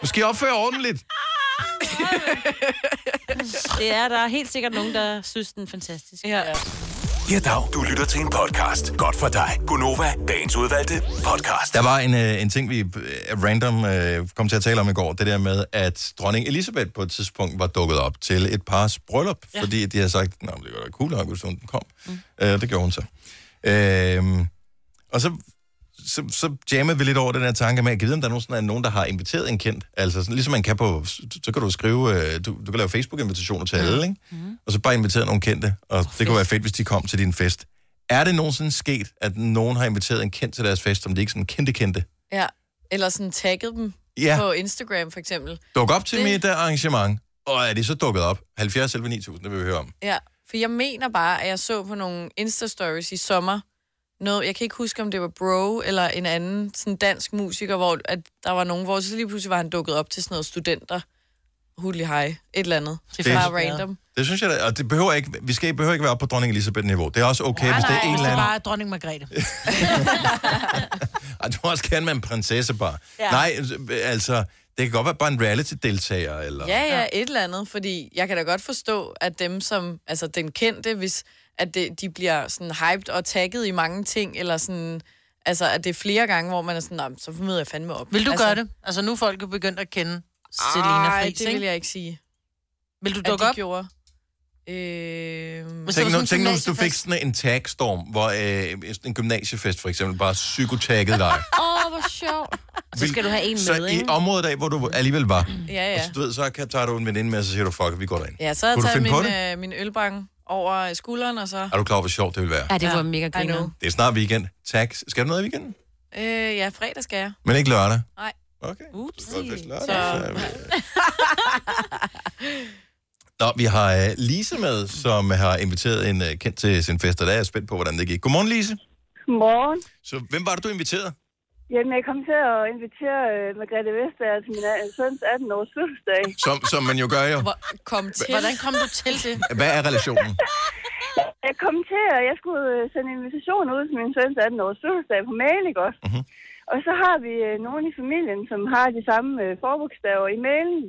Speaker 1: Nu skal I opføre ordentligt.
Speaker 3: Ah. Det er der er helt sikkert nogen, der synes, den er fantastisk. Ja.
Speaker 6: Ja, dag. Du lytter til en podcast. Godt for dig. Gunova, dagens udvalgte podcast.
Speaker 1: Der var en, øh, en ting, vi øh, random øh, kom til at tale om i går. Det der med, at dronning Elisabeth på et tidspunkt var dukket op til et pars bryllup. Ja. Fordi de havde sagt, at det var da cool nok, hvis hun kom. Mm. Øh, det gjorde hun så. Øh, og så, så, så jammede vi lidt over den her tanke med, at jeg ved, om der nogensinde er nogen, der har inviteret en kendt. Altså sådan, ligesom man kan på, så kan du skrive, øh, du, du kan lave Facebook-invitationer til alle, ikke? og så bare invitere nogle kendte, og det kunne være Mm. fedt, hvis de kom til din fest. Er det nogensinde sket, at nogen har inviteret en kendt til deres fest, som de ikke sådan kendte kendte?
Speaker 2: Ja, eller sådan tagget dem
Speaker 1: Ja.
Speaker 2: på Instagram for eksempel.
Speaker 1: Duk op til det... mit øh, arrangement, og er de så dukket op? 70 11 9000, det vil vi høre om.
Speaker 2: Ja, for jeg mener bare, at jeg så på nogle Insta-stories i sommer, noget, jeg kan ikke huske, om det var Bro eller en anden sådan dansk musiker, hvor at der var nogen, hvor så lige pludselig var han dukket op til sådan noget studenter. Hulli hej, et eller andet. Det er bare random.
Speaker 1: Det synes jeg, da- og det behøver ikke, vi skal, behøver ikke være oppe på dronning Elisabeth-niveau. Det er også okay, nej, hvis det er en
Speaker 4: hvis
Speaker 1: eller
Speaker 4: det
Speaker 1: anden...
Speaker 4: bare er dronning Margrethe.
Speaker 1: Ej, du må også gerne med en prinsesse bare. Ja.
Speaker 2: Ja.
Speaker 1: Nej, øh, altså, det kan godt være bare en reality-deltager, eller...
Speaker 2: Ja, ja, et eller andet, fordi jeg kan da godt forstå, at dem som, altså den kendte, hvis at det, de bliver sådan hyped og tagget i mange ting, eller sådan, altså at det er flere gange, hvor man er sådan, "Nå, men så møder jeg fandme op.
Speaker 4: Vil du
Speaker 2: altså,
Speaker 4: gøre det? Altså, nu er folk jo begyndt at kende Selina
Speaker 2: Ej,
Speaker 4: Friis,
Speaker 2: det vil
Speaker 4: ikke?
Speaker 2: jeg ikke sige.
Speaker 4: Vil du
Speaker 2: at
Speaker 4: dukke
Speaker 2: de
Speaker 4: op? Øhm,
Speaker 2: gjorde. Øh...
Speaker 1: Tænk nu, tænk nu, hvis du fik sådan en tagstorm, hvor øh, en gymnasiefest for eksempel bare psykotaggede dig.
Speaker 3: Åh, oh, hvor sjovt. Og så
Speaker 1: Vil-
Speaker 3: skal du have en
Speaker 1: Så
Speaker 3: med,
Speaker 1: i
Speaker 3: ikke?
Speaker 1: området af, hvor du alligevel var,
Speaker 2: Ja,
Speaker 1: og
Speaker 2: ja.
Speaker 1: så, du ved, så kan, tager du en veninde med, og så siger du, fuck, vi går derind.
Speaker 2: Ja, så havde
Speaker 1: Kunne du
Speaker 2: jeg taget
Speaker 1: finde på
Speaker 2: min,
Speaker 1: det?
Speaker 2: øh, min ølbank over skulderen, og så...
Speaker 1: Er du klar over, hvor sjovt det vil være?
Speaker 3: Ja, det var mega
Speaker 2: I know.
Speaker 3: griner.
Speaker 1: Det er snart weekend. Tax. Skal du noget i weekenden?
Speaker 2: Øh, ja, fredag skal jeg.
Speaker 1: Men ikke lørdag.
Speaker 2: Nej.
Speaker 1: Okay.
Speaker 3: Upsi.
Speaker 1: Godt, hvis lørdag,
Speaker 2: Så-
Speaker 1: så er vi- Nå, vi har øh, Lise med, som har inviteret en øh, kendt til sin fest, og der er jeg spændt på, hvordan det gik. Godmorgen, Lise.
Speaker 9: Morgen.
Speaker 1: Så hvem var det, du inviterede?
Speaker 9: Jamen, jeg kom til at invitere øh, Margrethe Vestager til min øh, søns 18-års fødselsdag.
Speaker 1: Som, som man jo gør jo.
Speaker 2: Hvor, kom til.
Speaker 4: Hvordan kom du til det?
Speaker 1: Hvad er relationen?
Speaker 9: Jeg kom til, at jeg skulle øh, sende invitationer ud til min søns 18-års fødselsdag på mail, ikke også?
Speaker 1: Mhm.
Speaker 9: Og så har vi øh, nogen i familien, som har de samme øh, forbogstaver i mailen.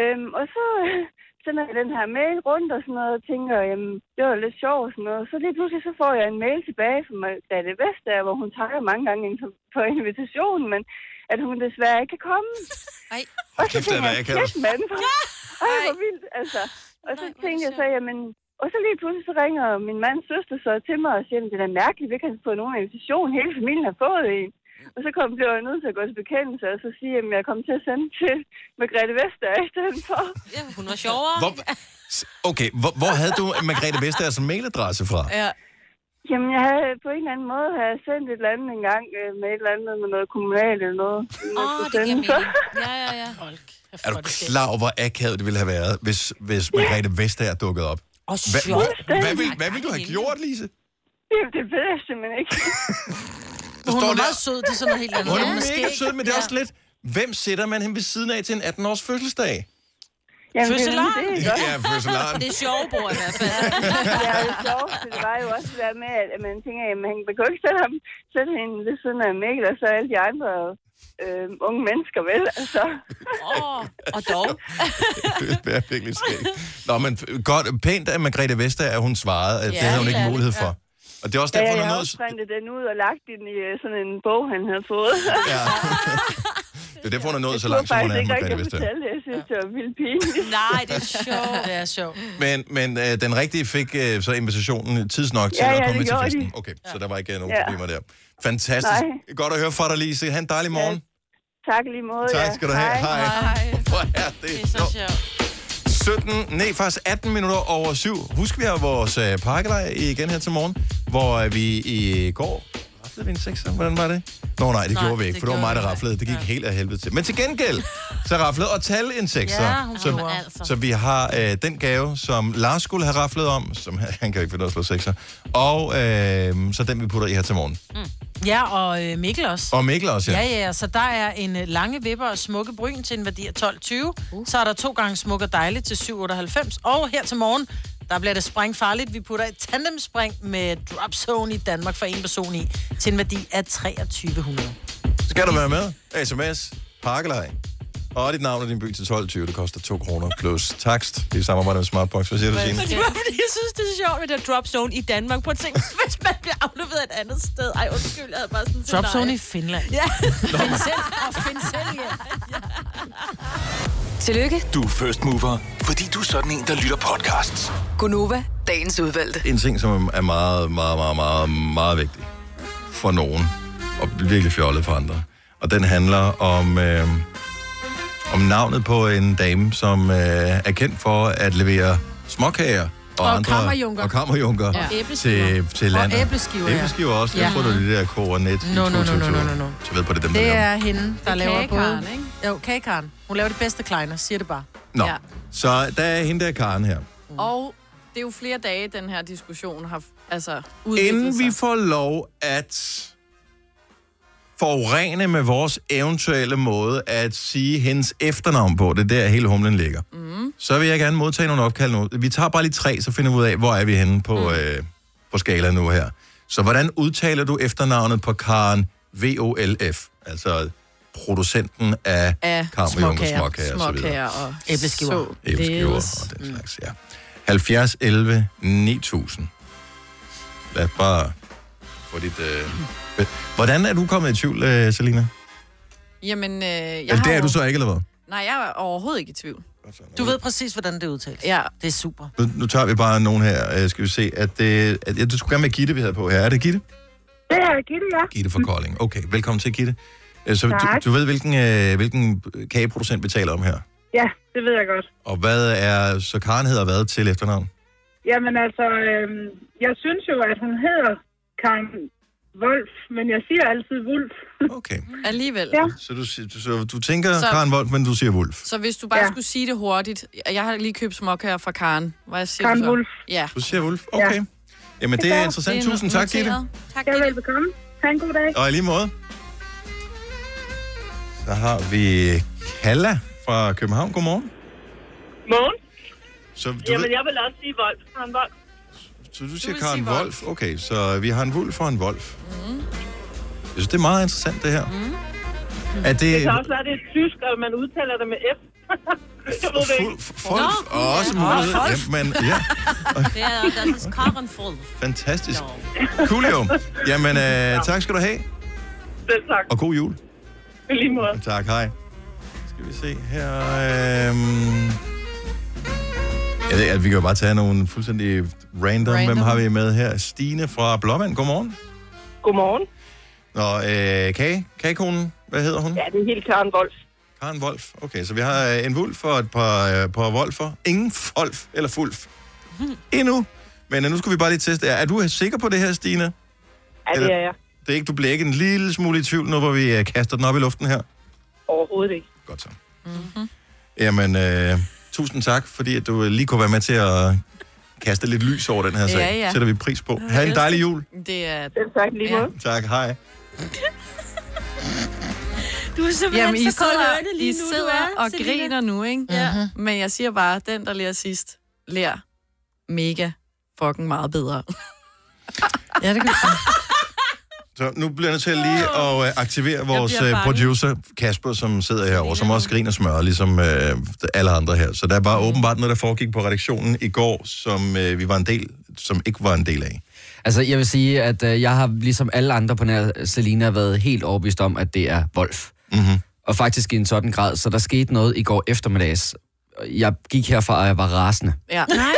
Speaker 9: Øhm, og så øh, sender jeg den her mail rundt og sådan noget, og tænker, jamen, det var lidt sjovt og sådan noget. Så lige pludselig så får jeg en mail tilbage fra Margrethe Vestager, hvor hun takker mange gange ind- for invitationen, men at hun desværre ikke kan komme.
Speaker 2: Ej.
Speaker 9: Og
Speaker 1: Hold
Speaker 9: så
Speaker 1: kæft, det er,
Speaker 9: tænkte
Speaker 1: hvad
Speaker 9: jeg,
Speaker 1: jeg kan.
Speaker 9: kæft mand. Ej, hvor vildt, altså. Og så tænkte jeg så, jamen... Og så lige pludselig så ringer min mands søster så til mig og siger, at det er da mærkeligt, vi ikke har fået nogen invitation. Hele familien har fået en. Og så kom, blev jeg nødt til at gå til bekendelse og så sige, at jeg kom til at sende til Margrethe Vestager i stedet for.
Speaker 3: Ja, hun var sjovere.
Speaker 1: Hvor, s- okay, hvor, hvor havde du Margrethe Vestager som mailadresse fra?
Speaker 2: Ja.
Speaker 9: Jamen, jeg havde på en eller anden måde havde jeg sendt et eller andet en gang øh, med et eller andet med noget kommunalt eller noget. Åh,
Speaker 3: Åh, det giver mening. Ja, ja, ja.
Speaker 1: Er du klar over, hvor akavet det ville have været, hvis, hvis Margrethe Vestager dukkede op?
Speaker 3: Og
Speaker 1: Hva, hva,
Speaker 3: sjovt.
Speaker 1: hvad, hvad, vil, hvad vil du have gjort, Lise?
Speaker 9: Jamen, det ved jeg simpelthen ikke.
Speaker 1: Du
Speaker 4: Hun
Speaker 1: står
Speaker 4: var
Speaker 1: der-
Speaker 4: meget sød, det er sådan noget helt andet.
Speaker 1: Hun er
Speaker 4: Hun er
Speaker 1: mega
Speaker 4: skæg.
Speaker 1: sød, men det er også lidt... Hvem sætter man hende ved siden af til en 18-års fødselsdag?
Speaker 9: Jamen, det er
Speaker 4: Fødselar?
Speaker 9: nemlig det, ikke også?
Speaker 1: Ja, fødselar.
Speaker 4: Det er sjove bord i hvert fald.
Speaker 9: ja, det sjoveste, det var jo også det der med, at at man tænker, at man kan jo ikke sætte, ham, sætte hende ved siden af Mikkel, og så alle de andre øh, unge mennesker, vel? Altså.
Speaker 4: Åh, og dog.
Speaker 1: det er virkelig skægt. Nå, men f- godt, pænt af Margrethe Vestager, at hun svarede. at det
Speaker 9: Ja,
Speaker 1: havde hun
Speaker 9: helt
Speaker 1: ikke
Speaker 9: ærligt,
Speaker 1: mulighed for.
Speaker 9: ja.
Speaker 1: Og det er også
Speaker 9: Ja,
Speaker 1: derfor, hun
Speaker 9: jeg
Speaker 1: er
Speaker 9: har
Speaker 1: noget...
Speaker 9: også printet den ud og lagt den i øh, sådan en bog, han havde fået.
Speaker 1: Ja. Det er derfor, hun er nået så
Speaker 9: Jeg
Speaker 1: langt,
Speaker 9: tror
Speaker 1: som hun
Speaker 9: faktisk
Speaker 1: er,
Speaker 9: ikke rigtig,
Speaker 1: Margrethe
Speaker 9: jeg
Speaker 1: Vestager.
Speaker 9: fortalte det. Jeg synes, det var vildt pinligt.
Speaker 4: Nej, det er
Speaker 9: *laughs*
Speaker 4: sjovt. Det er sjovt.
Speaker 1: Men, men øh, den rigtige fik øh, så invitationen tidsnok til
Speaker 9: Ja, ja,
Speaker 1: at komme
Speaker 9: det
Speaker 1: med til
Speaker 9: gjorde
Speaker 1: festen.
Speaker 9: de.
Speaker 1: Okay, så der var ikke øh, nogen
Speaker 9: Ja.
Speaker 1: problemer der. Fantastisk.
Speaker 9: Nej.
Speaker 1: Godt at høre fra dig, Lise. Ha' en dejlig morgen.
Speaker 9: Tak i lige måde.
Speaker 1: Tak
Speaker 9: ja.
Speaker 1: skal du have. Hej. Hvor er det?
Speaker 4: Det er så sjovt.
Speaker 1: 17, nej faktisk 18 minutter over 7. Husk, vi har vores øh, pakkelej igen her til morgen, hvor øh, vi i går... Raflede vi en sekser? Hvordan var det? Nå nej, det
Speaker 6: Nej,
Speaker 1: gjorde vi ikke,
Speaker 6: det
Speaker 1: for det var
Speaker 6: gjorde
Speaker 1: mig, der
Speaker 6: vi ikke.
Speaker 1: raflede. Det gik helt af helvede til. Men til gengæld, så raflede og tal en sekser.
Speaker 6: Ja, hun
Speaker 1: så,
Speaker 6: gjorde. Altså.
Speaker 1: så vi har øh, den gave, som Lars skulle have raflet om, som *laughs* han kan ikke finde ud af at slå sekser, og øh, så den, vi putter i her til morgen.
Speaker 4: Ja, og øh, Mikkel også.
Speaker 1: Og Mikkel også, ja.
Speaker 4: ja. Ja, ja, så der er en øh, lange vipper og smukke bryn til en værdi af 12,20. Uh. Så er der to gange smuk og dejligt til 7,98. Og her til morgen, der bliver det sprængfarligt. Vi putter et tandemspring med drop zone i Danmark for en person i, til en værdi af 2300.
Speaker 1: Skal du være med? SMS, pakkelej. Og dit navn og din by til 12.20. Det koster 2 kroner plus takst. Det er i samarbejde med Smartbox. Hvad siger du, Signe?
Speaker 3: Fordi, fordi jeg synes, det er sjovt med der drop zone i Danmark. Prøv at tænke, *laughs* hvis man bliver afleveret et andet sted. Ej, undskyld, jeg havde bare sådan...
Speaker 4: Drop zone i Finland.
Speaker 3: Ja.
Speaker 4: Find selv, og find selv, ja.
Speaker 5: Tillykke,
Speaker 6: Du er first mover, fordi du er sådan en, der lytter podcasts.
Speaker 5: Gunova, dagens udvalgte.
Speaker 1: En ting, som er meget, meget, meget, meget, meget vigtig for nogen, og virkelig fjollet for andre. Og den handler om, øh, om navnet på en dame, som øh, er kendt for at levere småkager og,
Speaker 4: Og
Speaker 1: andre,
Speaker 4: kammerjunker.
Speaker 1: Og kammerjunker
Speaker 4: Ja.
Speaker 1: til,
Speaker 4: Æbleskiver.
Speaker 1: til landet.
Speaker 4: Og æbleskiver, ja.
Speaker 1: æbleskiver også. Ja. Jeg
Speaker 4: Ja.
Speaker 1: tror, det er det der koronet. i
Speaker 4: No, no, no, no, no,
Speaker 1: 2022.
Speaker 4: no, no.
Speaker 1: Så ved på det er dem, der
Speaker 4: Det
Speaker 1: laver
Speaker 4: er hende, der
Speaker 3: Det er
Speaker 4: laver
Speaker 3: kagekaren,
Speaker 4: både... Ikke? Jo, kagekaren. Hun laver det bedste kleiner, siger det bare.
Speaker 1: Nå,
Speaker 2: Ja.
Speaker 1: så der er hende der Karen her.
Speaker 2: Og det er jo flere dage, den her diskussion har altså, udviklet
Speaker 1: Inden
Speaker 2: sig.
Speaker 1: vi får lov at forurene med vores eventuelle måde at sige hendes efternavn på, det er der hele humlen ligger, mm. så vil jeg gerne modtage nogle opkald nu. Vi tager bare lige tre, så finder vi ud af, hvor er vi henne på, mm. øh, på skala nu her. Så hvordan udtaler du efternavnet på Karen VOLF? Altså producenten af,
Speaker 2: af
Speaker 1: Kammerjunker, småkager, og så videre.
Speaker 2: småkager og
Speaker 4: æbleskiver.
Speaker 2: så
Speaker 1: æbleskiver
Speaker 2: ledes.
Speaker 1: og den slags, ja. 70, 11, 9000. Lad bare få dit... Øh... Hvordan er du kommet i tvivl, øh, Selina?
Speaker 2: Jamen, øh, jeg
Speaker 1: Eller det
Speaker 2: har
Speaker 1: er du
Speaker 2: jo-
Speaker 1: så ikke, Altså, eller hvad?
Speaker 2: Nej, jeg er overhovedet ikke i tvivl.
Speaker 4: Du ved præcis, hvordan det udtales.
Speaker 2: Ja.
Speaker 4: Det er super.
Speaker 1: Nu, nu tager vi bare nogen her, øh, skal vi se. At, øh, at, jeg, du skulle gerne være Gitte, vi havde på her. Er det Gitte?
Speaker 9: Det er Gitte, ja.
Speaker 1: Gitte fra Kolding. Okay, velkommen til, Gitte. Øh, Så
Speaker 9: Tak.
Speaker 1: du, du ved, hvilken, øh, hvilken kageproducent vi taler om her.
Speaker 9: Ja, det ved jeg godt.
Speaker 1: Og hvad er... Så Karen hedder hvad til efternavn?
Speaker 9: Jamen altså, øh, jeg synes jo, at hun hedder Karen Wolf, men jeg siger altid Wolf. *laughs*
Speaker 1: Okay.
Speaker 2: Alligevel.
Speaker 9: Ja.
Speaker 1: Så du, siger- du, så du tænker
Speaker 2: Så-
Speaker 1: så... Karen Wolf, men du siger Wolf.
Speaker 2: Så hvis du bare
Speaker 9: Ja.
Speaker 2: ja. skulle sige det hurtigt. Jeg har lige købt småkager fra Karen. Hvad siger
Speaker 9: Karen
Speaker 2: du så?
Speaker 9: Wulff.
Speaker 2: Ja.
Speaker 1: Du siger Wolf? Okay. Ja. Jamen, det er interessant. Det er Tusind tak, Gitte.
Speaker 2: Tak,
Speaker 9: Jeg vil velbekomme. Ha' en god dag.
Speaker 1: Og i lige måde. Så har vi Kalla fra København. Godmorgen.
Speaker 13: Morgen.
Speaker 1: Så du,
Speaker 13: Jamen,
Speaker 1: ved,
Speaker 13: jeg vil også sige Wolf. Han Wolf.
Speaker 1: så du
Speaker 13: du
Speaker 1: siger
Speaker 13: vil
Speaker 1: Karen
Speaker 13: sige
Speaker 1: Wolf. Okay, så vi har en Wolf og en Wolf. Mm. Jeg synes, det er meget interessant, det her. Mm. Er det...
Speaker 13: Det kan også være, det er tysk, og man udtaler det med F. *laughs* jeg ved det ikke.
Speaker 1: Folk og også
Speaker 13: Mm. ja.
Speaker 1: mulighed.
Speaker 13: Nå, Wolf.
Speaker 1: Jamen, ja,
Speaker 3: Det er, der er Karen
Speaker 2: *laughs*
Speaker 3: Fuld.
Speaker 1: fantastisk. *laughs* Coolio. Jamen, øh, tak skal du have.
Speaker 13: Selv tak.
Speaker 1: Og god jul.
Speaker 13: I lige måde.
Speaker 1: Tak, hej. Skal vi se her... Øhm... Jeg ved, at vi kan jo bare tage nogle fuldstændig random. random.
Speaker 13: Random.
Speaker 1: Hvem har vi med her? Stine fra Blåvand. Godmorgen.
Speaker 13: Godmorgen.
Speaker 1: Nå, øh, kage, kagekonen. Hvad hedder hun?
Speaker 13: Ja, det er helt Karen Wolf.
Speaker 1: Karen Wolf. Okay, så vi har øh, en vulf og et par, øh, par wolfer. Ingen folf eller fulf. Endnu. Men øh, nu skal vi bare lige teste. Er, er du sikker på det her, Stine?
Speaker 13: Ja, det
Speaker 1: Eller-
Speaker 13: er jeg.
Speaker 1: Det er ikke, du bliver ikke en lille smule i tvivl nu, hvor vi øh, kaster den op i luften her?
Speaker 13: Overhovedet ikke.
Speaker 1: Godt så. Jamen, øh, tusind tak, fordi at du øh, lige kunne være med til at kaste lidt lys over den her sag.
Speaker 2: Ja, ja.
Speaker 1: Sætter vi pris på. Ha' en dejlig jul.
Speaker 2: Det er...
Speaker 13: Selv tak lige
Speaker 2: ja.
Speaker 1: Tak, hej.
Speaker 3: Du er simpelthen Jamen, så kold af ørerne lige
Speaker 2: I
Speaker 3: nu, du
Speaker 2: sidder
Speaker 3: er,
Speaker 2: og
Speaker 3: Selina.
Speaker 2: griner nu, ikke?
Speaker 3: Ja.
Speaker 2: Men jeg siger bare, den, der lærer sidst, lærer mega fucking meget
Speaker 14: *laughs*
Speaker 2: bedre.
Speaker 4: ja, det kan
Speaker 2: *laughs*
Speaker 1: Så nu bliver jeg nødt til at lige at øh, aktivere vores
Speaker 2: bliver
Speaker 1: øh,
Speaker 2: bange.
Speaker 1: producer, Kasper, som sidder herovre, som også griner smør, ligesom øh, alle andre her. Så der
Speaker 2: Mm.
Speaker 1: var åbenbart noget, der foregik på redaktionen i går, som øh, vi var en del, som ikke var en del af.
Speaker 15: Altså, jeg vil sige, at øh, jeg har ligesom alle andre på nær Selina været helt overbevist om, at det er Wolf.
Speaker 1: Mm-hmm.
Speaker 15: Og faktisk i en sådan grad, så der skete noget i går eftermiddags. Jeg gik herfra, og jeg var rasende.
Speaker 2: Ja.
Speaker 4: Nej,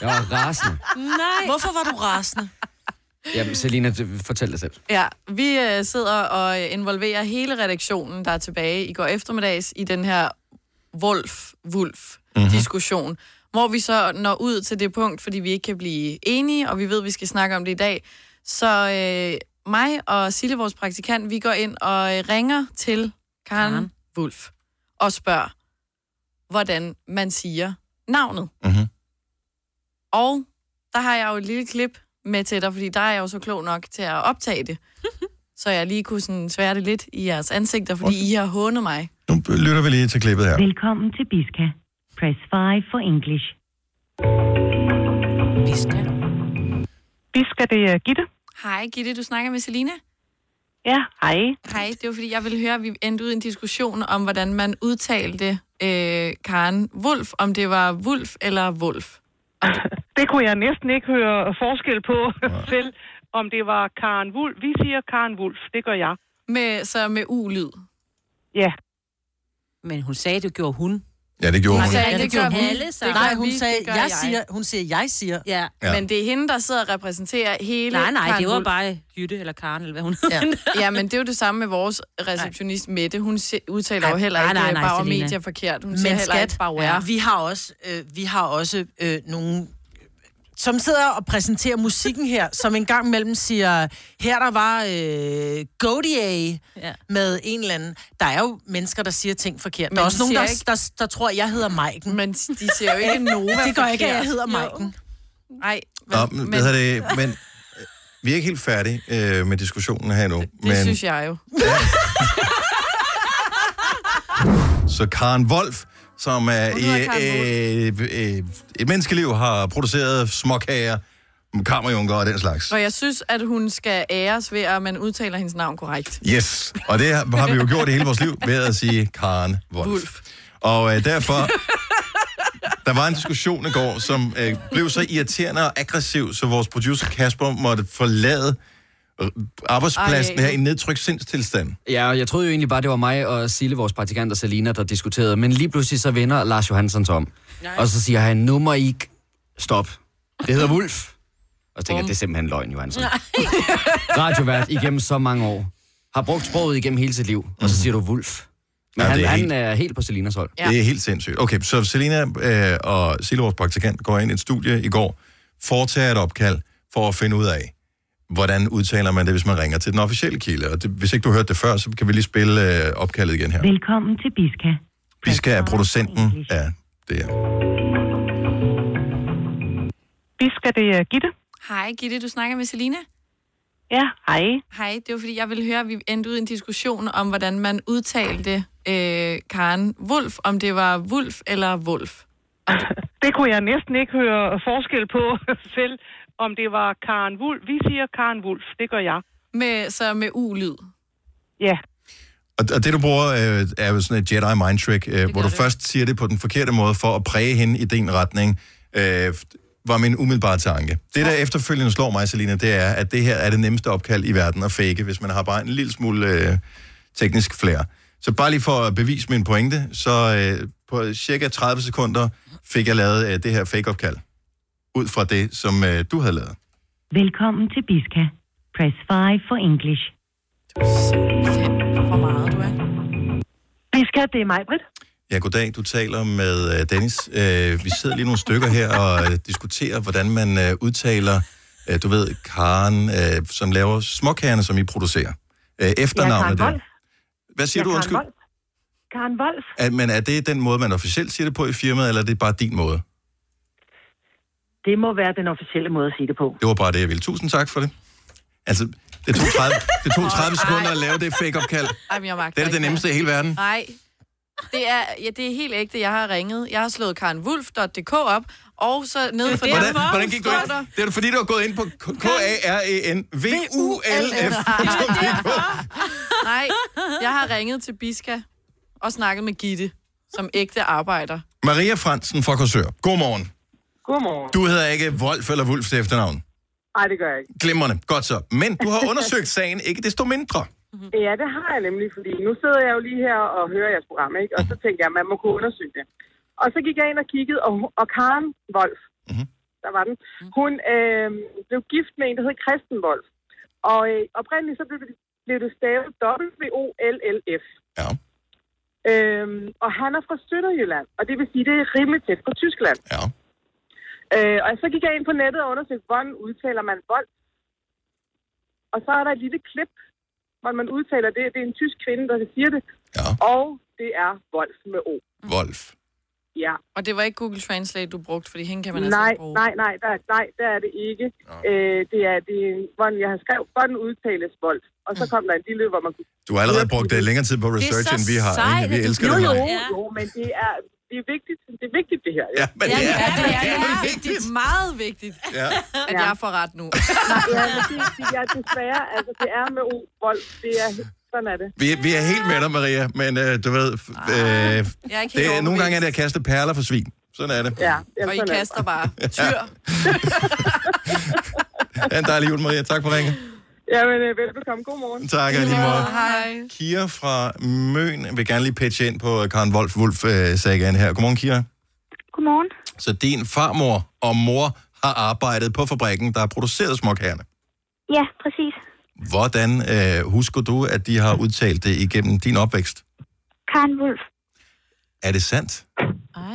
Speaker 15: Jeg var rasende.
Speaker 4: nej. Hvorfor var du rasende?
Speaker 15: Jamen, Selina, det- fortæl dig selv.
Speaker 2: Ja, vi øh, sidder og øh, involverer hele redaktionen, der er tilbage i går eftermiddags, i den her Wolf-Wulf-diskussion, hvor vi så når ud til det punkt, fordi vi ikke kan blive enige, og vi ved, at vi skal snakke om det i dag. Så øh, mig og Sille, vores praktikant, vi går ind og øh, ringer til Karen, Karen. Wolf og spørger, hvordan man siger navnet.
Speaker 1: Mm-hmm.
Speaker 2: Og der har jeg jo et lille klip med til dig, fordi der er jeg jo så klog nok til at optage *laughs* det. så jeg lige kunne sådan svære det lidt i jeres ansigter, fordi I har hånet mig.
Speaker 1: Nu lytter vi lige til klippet her.
Speaker 8: Velkommen til Biska. Press 5 for English.
Speaker 4: Biska.
Speaker 13: Biska, det er Gitte.
Speaker 2: Hej Gitte, du snakker med Selina.
Speaker 13: Ja, hej.
Speaker 2: Hej, det var fordi, jeg ville høre, at vi endte ud i en diskussion om, hvordan man udtalte øh, Karen Wolf, om det var Wolf eller Wolf.
Speaker 13: Det kunne jeg næsten ikke høre forskel på, *laughs* vel, om det var Karen Wulf. Vi siger Karen Wulf, det gør jeg.
Speaker 2: Med, så med ulyd.
Speaker 13: Ja.
Speaker 4: Men hun sagde, det gjorde hun.
Speaker 1: Ja, det gjorde hun.
Speaker 2: Altså, det gjorde hun.
Speaker 4: Alle
Speaker 2: Det gør
Speaker 4: Nej, hun
Speaker 2: vi, det
Speaker 4: sagde,
Speaker 2: gør
Speaker 4: jeg,
Speaker 2: jeg.
Speaker 4: siger, hun siger, jeg siger.
Speaker 3: Ja.
Speaker 1: Ja.
Speaker 2: Men det er hende, der sidder og repræsenterer hele
Speaker 3: Nej, nej,
Speaker 2: Karen
Speaker 3: det var
Speaker 2: Wulff.
Speaker 3: bare Jytte eller Karen, eller hvad hun
Speaker 2: Ja. ja, *laughs* men det er jo det samme med vores receptionist Mette. Hun se, udtaler jo heller ikke nej, nej, nej,
Speaker 4: Selina.
Speaker 2: medier forkert. Hun siger heller ikke bare ja.
Speaker 4: vi har også, øh, vi har også øh, nogle som sidder og præsenterer musikken her, som en gang imellem siger, her der var øh, Godier ja. med en eller anden. Der er jo mennesker, der siger ting forkert. Men
Speaker 2: Men
Speaker 4: der er
Speaker 2: de
Speaker 4: også nogen, der,
Speaker 2: siger
Speaker 4: der, der, der tror, jeg hedder Maiken.
Speaker 2: Men de siger jo *laughs* ikke Nova
Speaker 4: *laughs* Det gør ikke, at jeg
Speaker 2: forkert.
Speaker 4: hedder
Speaker 2: Jo.
Speaker 4: Maiken.
Speaker 2: Nej,
Speaker 1: Nå, men, hvad hedder det,
Speaker 2: *laughs*
Speaker 1: men øh, vi er ikke helt færdige øh, med diskussionen her nu.
Speaker 2: det
Speaker 1: men,
Speaker 2: synes jeg jo.
Speaker 1: Så Karen Wolf, som er
Speaker 2: Hun hedder Karen
Speaker 1: i øh, øh, et menneskeliv, har produceret småkager, kammerjunker og den slags.
Speaker 2: Og jeg synes, at hun skal æres ved, at man udtaler hendes navn korrekt.
Speaker 1: Yes, og det har har vi jo gjort i hele vores liv ved at sige Karen Wolf. Wolf. Og øh, derfor, der var en diskussion i går, som øh, blev så irriterende og aggressiv, så vores producer Kasper måtte forlade øh, arbejdspladsen
Speaker 15: Ej.
Speaker 1: her i nedtrykt sindstilstand.
Speaker 15: Ja, og jeg troede jo egentlig bare, det var mig og Sille, vores praktikant og Selina, der diskuterede. Men lige pludselig så vender Lars Johansson sig om. Nej. Og så siger han, nu må I ikke stoppe. Det hedder Wolf. Og så tænker jeg, det er simpelthen løgn, Johansson. Radiovært igennem så mange år. Har brugt sproget igennem hele sit liv. Og så siger du Wolf. Men
Speaker 1: Mhm. Ja,
Speaker 15: ja, han,
Speaker 1: det er
Speaker 15: er,
Speaker 1: helt-
Speaker 15: han er helt på Selinas hold.
Speaker 1: Ja. Det er helt sindssygt. Okay, så Selina øh, og Sille, vores praktikant, går ind i et studie i går, foretager et opkald for at finde ud af, hvordan udtaler man det, hvis man ringer til den officielle kilde. Og det, hvis ikke du hørte det før, så kan vi lige spille øh, opkaldet igen her.
Speaker 8: Velkommen til Biska.
Speaker 1: Biska er producenten af
Speaker 13: Biska, det er Gitte.
Speaker 2: Hej Gitte, du snakker med Selina.
Speaker 13: Ja, hej.
Speaker 2: Hej, det var fordi, jeg ville høre, at vi endte ud i en diskussion om, hvordan man udtalte øh, Karen Wolf, om det var Wolf eller Wolf.
Speaker 13: Det kunne jeg næsten ikke høre forskel på, *laughs* vel, om det var Karen Wulf. Vi siger Karen Wulf, det gør jeg.
Speaker 2: Med, så med ulyd.
Speaker 13: Ja.
Speaker 1: Og, og det, du bruger, øh, er jo sådan et Jedi mind trick, øh, hvor du det. først siger det på den forkerte måde for at præge hende i din retning, øh, var min umiddelbare tanke. Det, der efterfølgende slår mig, Selina, det er, at det her er det nemmeste opkald i verden at fake, hvis man har bare en lille smule øh, teknisk flair. Så bare lige for at bevise min pointe, så øh, på cirka 30 sekunder fik jeg lavet øh, det her fake-opkald, ud fra det, som øh, du havde lavet.
Speaker 8: Velkommen til Biska. Press 5 for English.
Speaker 2: Hvor meget du er.
Speaker 13: Biska, det er mig, Britt.
Speaker 1: Ja, goddag. Du taler med øh, Dennis. Øh, vi sidder lige nogle stykker her og øh, diskuterer, hvordan man øh, udtaler, øh, du ved, Karen, øh, som laver småkagerne, som I producerer. Øh, efternavnet
Speaker 16: Ja,
Speaker 1: der.
Speaker 16: Karen Wolf.
Speaker 1: Hvad siger
Speaker 16: ja,
Speaker 1: du,
Speaker 16: Karen
Speaker 1: undskyld?
Speaker 16: Wolf. Karen Wolf.
Speaker 1: Er, men er det den måde, man officielt siger det på i firmaet, eller er det bare din måde?
Speaker 16: Det må være den officielle måde at sige det på.
Speaker 1: Det var bare det, jeg ville. Tusind tak for det. Altså, det tog 30, det tog 30
Speaker 2: Åh,
Speaker 1: sekunder
Speaker 2: ej.
Speaker 1: at lave det fake-opkald.
Speaker 2: Ej, men jeg magter
Speaker 1: Det er da det
Speaker 2: ikke
Speaker 1: nemmeste i hele verden.
Speaker 2: Nej, det er, ja, det er helt ægte. Jeg har ringet. Jeg har slået karenwulf.dk op, og så nede for
Speaker 1: Hvordan, hvordan gik du ind? Det er da fordi, du har gået ind på k a r e n v u l f
Speaker 2: Nej, jeg har ringet til Biska og snakket med Gitte, som ægte arbejder.
Speaker 1: Maria Fransen fra Korsør. Godmorgen.
Speaker 16: Godmorgen.
Speaker 1: Du hedder ikke Wolf eller Wulf til efternavn.
Speaker 16: Nej, det gør jeg ikke.
Speaker 1: Glimrende. Godt så. Men du har undersøgt sagen, ikke desto mindre.
Speaker 16: Ja, det har jeg nemlig, fordi nu sidder jeg jo lige her og hører jeres program, ikke? Og så tænkte jeg, at man må kunne undersøge det. Og så gik jeg ind og kiggede, og, og Karen Wolf, mm-hmm. der var den, hun øh, blev gift med en, der hed Christen Wolf. Og øh, oprindeligt så blev det, blev det stavet W-O-L-L-F.
Speaker 1: Ja.
Speaker 16: Øhm, og han er fra Sønderjylland, og det vil sige, det er rimelig tæt på Tyskland.
Speaker 1: Ja.
Speaker 16: Øh, og så gik jeg ind på nettet og undersøgte, hvordan udtaler man Wolf. Og så er der et lille klip, hvor man udtaler det. Det er en tysk kvinde, der siger det.
Speaker 1: Ja.
Speaker 16: Og det er Wolf med O.
Speaker 1: Wolf.
Speaker 16: Ja.
Speaker 2: Og det var ikke Google Translate, du brugte, fordi hende kan man altså
Speaker 16: nej,
Speaker 2: ikke bruge.
Speaker 16: nej, nej, der, nej, der er det ikke. Øh, det er, det er, hvordan jeg har skrevet, hvordan udtales Wolf. Og så kom der en lille, hvor man kunne...
Speaker 1: Du har allerede brugt øh, længere tid på research, end vi har. ikke? Vi elsker
Speaker 16: jo,
Speaker 1: det.
Speaker 16: jo,
Speaker 1: Maria.
Speaker 16: jo, men det er, det er vigtigt, det er vigtigt det her.
Speaker 1: Ja, men det er-
Speaker 2: Ja, det er, vigtigt. Meget vigtigt,
Speaker 1: Ja.
Speaker 2: at jeg får ret nu.
Speaker 16: ja, men det, det er desværre, altså det er med O, Wolf, det er, sådan er det.
Speaker 1: Vi, vi er helt med dig, Maria, men øh, du ved, f- øh,
Speaker 16: Jeg er ikke helt
Speaker 1: det er, nogle
Speaker 16: overbevist.
Speaker 1: gange er det at kaste perler for svin. Sådan er det. *laughs*
Speaker 16: Ja,
Speaker 2: Og I kaster bare tyr.
Speaker 1: Ha' en dejlig jul, Maria. Tak for ringen.
Speaker 16: Jamen, øh, velbekomme. Godmorgen.
Speaker 1: Tak, og i lige måde.
Speaker 2: Hej.
Speaker 1: Kira fra Møn vil gerne lige pitche ind på øh, Karen Wolf Wolf øh, sagen her. Godmorgen, Kira.
Speaker 17: Godmorgen.
Speaker 1: Så din farmor og mor har arbejdet på fabrikken, der har produceret småkagerne.
Speaker 17: Ja, præcis.
Speaker 1: Hvordan øh, husker du, at de har udtalt det igennem din opvækst?
Speaker 17: Karen Wolf.
Speaker 1: Er det sandt?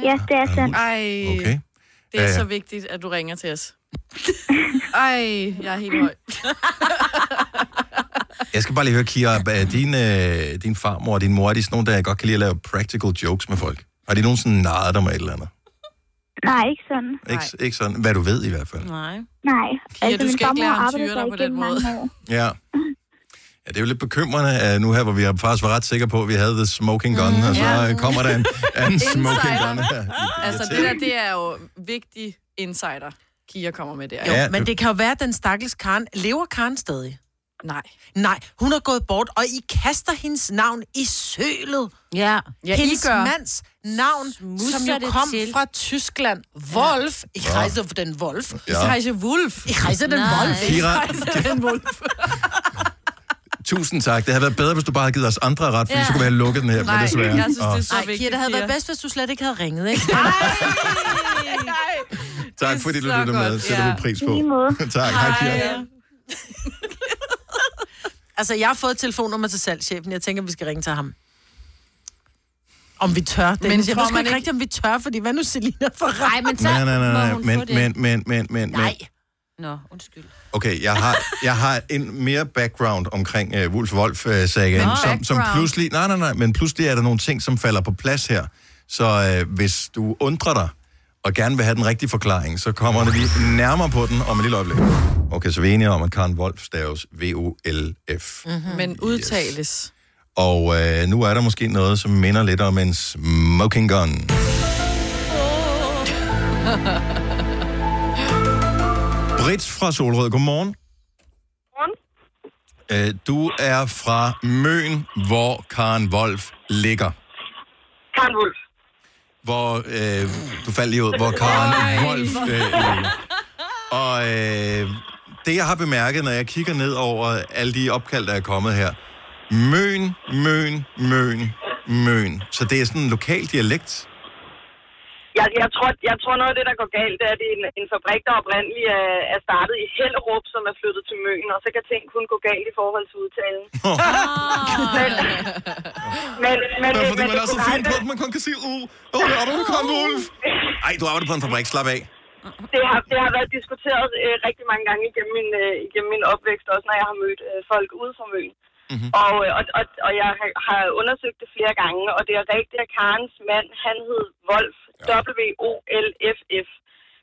Speaker 17: Ja, det er sandt.
Speaker 2: Ej,
Speaker 1: Okay.
Speaker 2: det er
Speaker 1: Øh.
Speaker 2: så vigtigt, at du ringer til os. Ej, jeg er helt høj.
Speaker 1: Jeg skal bare lige høre, Kira, er din, øh, din farmor og din mor, er de sådan nogle, der godt kan lide at lave practical jokes med folk? Har de nogensinde narret dig med et eller andet?
Speaker 17: Nej, ikke sådan.
Speaker 1: Ikke, ikke sådan, hvad du ved i hvert fald.
Speaker 17: Nej. Nej. Altså,
Speaker 2: Kira, du skal ikke
Speaker 17: farmor
Speaker 2: lære ham
Speaker 17: arbejdede
Speaker 2: tyre dig
Speaker 17: der
Speaker 2: på den
Speaker 17: igennem
Speaker 2: måde.
Speaker 17: mange år.
Speaker 1: Ja. Ja, det er jo lidt bekymrende uh, nu her, hvor vi faktisk var ret sikre på, at vi havde the smoking gun, mm, og så
Speaker 2: Ja.
Speaker 1: øh, kommer der en
Speaker 2: *laughs*
Speaker 1: anden smoking gun her.
Speaker 2: Altså, det der, det er jo vigtig insider, Kia kommer med der.
Speaker 4: Jo, ja, men det kan jo være, at den stakkels Karen... Lever Karen stadig?
Speaker 2: Nej.
Speaker 4: Nej, hun er gået bort, og I kaster hendes navn i sølet.
Speaker 3: Ja.
Speaker 4: Ja, hendes mands navn,
Speaker 3: Smusser
Speaker 4: som jo
Speaker 3: det
Speaker 4: kom
Speaker 3: til.
Speaker 4: fra Tyskland. Wolf. Ich
Speaker 1: Ja.
Speaker 4: heiße den Wolf.
Speaker 1: Ja. Ich heiße
Speaker 4: Wolf. Ich heiße den
Speaker 1: Nej.
Speaker 4: Wolf.
Speaker 1: Kira.
Speaker 4: Ich heiße den Wolf.
Speaker 1: Tusind tak. Det havde været bedre, hvis du bare havde givet os andre ret, for
Speaker 4: Ja.
Speaker 1: så skulle vi have lukket den her, men desværre. Ah. Åh,
Speaker 4: Ej, Kira, det havde været bedst, hvis du slet ikke havde ringet, ikke?
Speaker 1: tak fordi du
Speaker 4: så
Speaker 1: lyttede med.
Speaker 4: godt.
Speaker 1: Sætter
Speaker 4: Ja.
Speaker 1: vi pris
Speaker 4: I
Speaker 1: på.
Speaker 4: lige måde.
Speaker 1: *laughs* tak. Hej, Kira.
Speaker 4: altså, jeg har fået et telefonnummer til salgschefen. Jeg tænker, vi skal ringe til ham. Om vi tør. Det. Men jeg
Speaker 3: tror
Speaker 4: ved sgu
Speaker 3: man
Speaker 4: ikke
Speaker 3: ikke-
Speaker 4: rigtigt, om vi tør, fordi hvad nu Selina får ret?
Speaker 3: Nej, men så
Speaker 1: Nej, nej, nej,
Speaker 3: må
Speaker 1: nej.
Speaker 3: hun
Speaker 1: Men,
Speaker 3: få det.
Speaker 1: men, men, men, men, men.
Speaker 3: Nej. Nå, undskyld.
Speaker 1: Okay, jeg har, jeg har en mere background omkring uh, Wolf wolf uh, sagen
Speaker 3: Nå.
Speaker 1: som, som
Speaker 3: Background.
Speaker 1: pludselig... Nej, nej, nej, men pludselig er der nogle ting, som falder på plads her. Så uh, hvis du undrer dig, og gerne vil have den rigtige forklaring, så kommer vi nærmere på den om et lille øjeblik. Okay, så vi er enige om, at Karen Wolf staves V-O-L-F.
Speaker 2: Mm-hmm. Men udtales.
Speaker 1: Og øh, nu er der måske noget, som minder lidt om en smoking gun. Britt fra Solrød, godmorgen.
Speaker 17: Godmorgen.
Speaker 1: Øh, du er fra Møn, hvor Karen Wolf ligger.
Speaker 17: Karen Wolf.
Speaker 1: Hvor, øh, du faldt lige ud, hvor Karen Wolf øh, ligger. Og øh, det, jeg har bemærket, når jeg kigger ned over alle de opkald, der er kommet her. Møn, Møn, Møn, Møn. Så det er sådan en lokal dialekt.
Speaker 16: Jeg, jeg, tror, jeg tror noget af det, der går galt, det er, at det er en, en fabrik, der oprindeligt er, er startet i Hellerup, som er flyttet til Møn, og så kan ting kun gå galt i forhold til udtalen. *laughs* men, men, men,
Speaker 1: Men, fordi
Speaker 16: men
Speaker 1: man
Speaker 16: det
Speaker 1: er så
Speaker 16: kunne
Speaker 1: fin på,
Speaker 16: aldrig-
Speaker 1: at man kun kan sige, uh, uh, er du Karen Wolf? Ej, du arbejder på en fabrik, slap af.
Speaker 16: det, har, det har været diskuteret øh, rigtig mange gange igennem min, øh, igennem min opvækst, også når jeg har mødt øh, folk ude fra Møn.
Speaker 13: Mhm.
Speaker 16: Mm-hmm. Og, øh, og, og, og jeg har- har undersøgt det flere gange, og det er rigtigt, at Karens mand, han hed Wolf, W-O-L-F-F.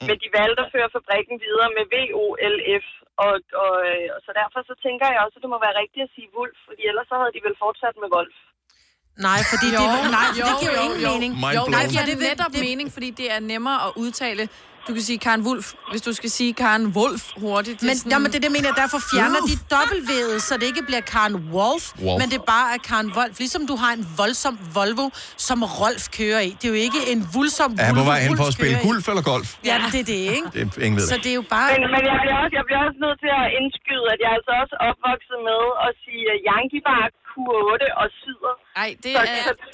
Speaker 16: Men de valgte at føre fabrikken videre med VOLF. Og, og, øh, og så derfor så tænker jeg også, at det må være rigtigt at sige Wolf, fordi ellers så havde de vel fortsat med Wolf.
Speaker 4: Nej, fordi
Speaker 2: jo,
Speaker 4: det, nej, jo, det giver
Speaker 2: jo,
Speaker 4: jo, ingen
Speaker 1: Oh
Speaker 2: jo.
Speaker 4: mening.
Speaker 2: Jo, jo, nej, for det
Speaker 4: vil-
Speaker 2: giver netop
Speaker 4: det-
Speaker 2: mening, fordi det er nemmere at udtale. Du kan sige Karen Wolf, hvis du skal sige Karen Wolf hurtigt.
Speaker 4: Men, sådan... jamen, det er det, jeg mener jeg. Derfor fjerner
Speaker 2: Wolf.
Speaker 4: de dobbeltvedet, så det ikke bliver Karen Wolf,
Speaker 2: Wolf.
Speaker 4: Wolf, men det bare er Karen Wolf. Ligesom du har en voldsom Volvo, som Rolf kører i. Det er jo ikke en voldsom
Speaker 1: Er han på vej hen for
Speaker 4: Wolf
Speaker 1: at spille
Speaker 4: kører i.
Speaker 1: golf eller golf?
Speaker 4: Ja, det er det, ikke?
Speaker 1: Det er- ingen ved
Speaker 4: så
Speaker 1: det.
Speaker 4: det er jo bare...
Speaker 16: Men, men jeg, bliver også, jeg bliver også nødt til at indskyde, at jeg er altså også opvokset med at sige øh, Yankee Bar, Q8 og Syder.
Speaker 2: Nej, det er,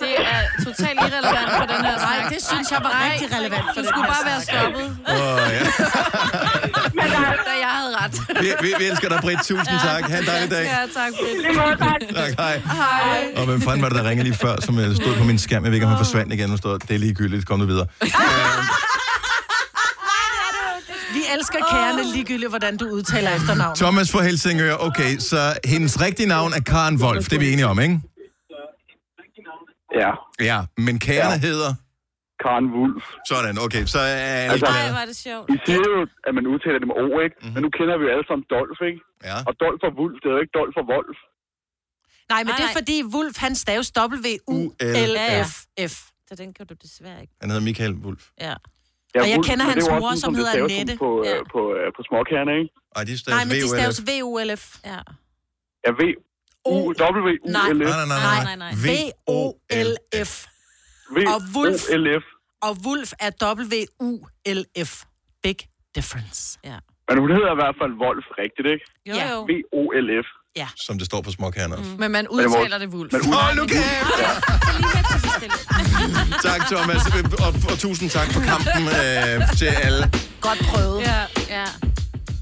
Speaker 2: det er totalt irrelevant for den her snak.
Speaker 4: Nej, det synes jeg var rigtig relevant
Speaker 2: Du
Speaker 4: for den
Speaker 2: skulle
Speaker 4: her
Speaker 2: bare være
Speaker 4: snak.
Speaker 2: stoppet,
Speaker 1: Åh,
Speaker 2: *laughs*
Speaker 1: ja.
Speaker 2: da jeg havde ret.
Speaker 1: vi, vi, vi elsker dig, Britt. Tusind tak. Ha' en dejlig dag.
Speaker 2: Ja, tak, Britt.
Speaker 16: Lige måde, tak.
Speaker 1: Tak, hej.
Speaker 2: Hej.
Speaker 1: Og hvem fanden var det, der ringede lige før, som øh, stod på min skærm? Jeg ved ikke, om han forsvandt igen. Der stod, det er ligegyldigt. Kom nu videre.
Speaker 4: Vi elsker kærne ligegyldigt, hvordan du udtaler efternavn.
Speaker 1: Thomas fra Helsingør. Okay, så hendes rigtige navn er Karen Wolf. Det er vi enige om, ikke?
Speaker 18: Ja.
Speaker 1: Ja, men kærene ja. hedder?
Speaker 18: Karen Wulf.
Speaker 1: Sådan, okay. Så er
Speaker 18: Altså,
Speaker 1: altså,
Speaker 4: var det sjovt.
Speaker 18: I siger jo, at man udtaler det med O, ikke? Mm-hmm. Men nu kender vi jo alle sammen Dolf, ikke?
Speaker 1: Ja.
Speaker 18: Og Dolf og Wulf, det er jo ikke Dolf og Wolf.
Speaker 4: Nej, men det er fordi Wolf, han staves W-U-L-F-F.
Speaker 3: Så den kan du desværre ikke.
Speaker 1: han hedder Michael Wolf.
Speaker 4: Ja. Og jeg
Speaker 18: Wulff,
Speaker 4: kender
Speaker 18: men det er
Speaker 4: hans
Speaker 18: jo også
Speaker 4: mor,
Speaker 18: sådan,
Speaker 4: som
Speaker 18: det
Speaker 4: hedder
Speaker 18: staves
Speaker 4: Annette.
Speaker 18: På, ja. på, på, øh, på småkærne, ikke?
Speaker 1: Ej, de
Speaker 4: Nej, men de staves V-O-L-F. Ja.
Speaker 18: Ja, V. U, W, U,
Speaker 4: Nej.
Speaker 18: L, F.
Speaker 4: Nej, nej, nej, nej. Nej, nej, nej. V-O-L-F.
Speaker 18: V,
Speaker 4: Og Wulff.
Speaker 18: O, L, F.
Speaker 4: Og Wolf er W-U-L-F. Big difference. Ja.
Speaker 18: Men hun hedder i hvert fald Wolf, rigtigt, ikke?
Speaker 4: Jo, jo.
Speaker 18: V, O, L, F.
Speaker 4: Ja.
Speaker 1: Som det står på småkærne også.
Speaker 2: Men man
Speaker 1: Men det var-
Speaker 2: udtaler det Wolf.
Speaker 1: Men ud- Åh, nu kan
Speaker 2: jeg...
Speaker 1: *laughs* Tak, Thomas. Og, og tusind tak for kampen øh, til alle.
Speaker 4: Godt prøvet.
Speaker 2: Ja, *laughs* ja.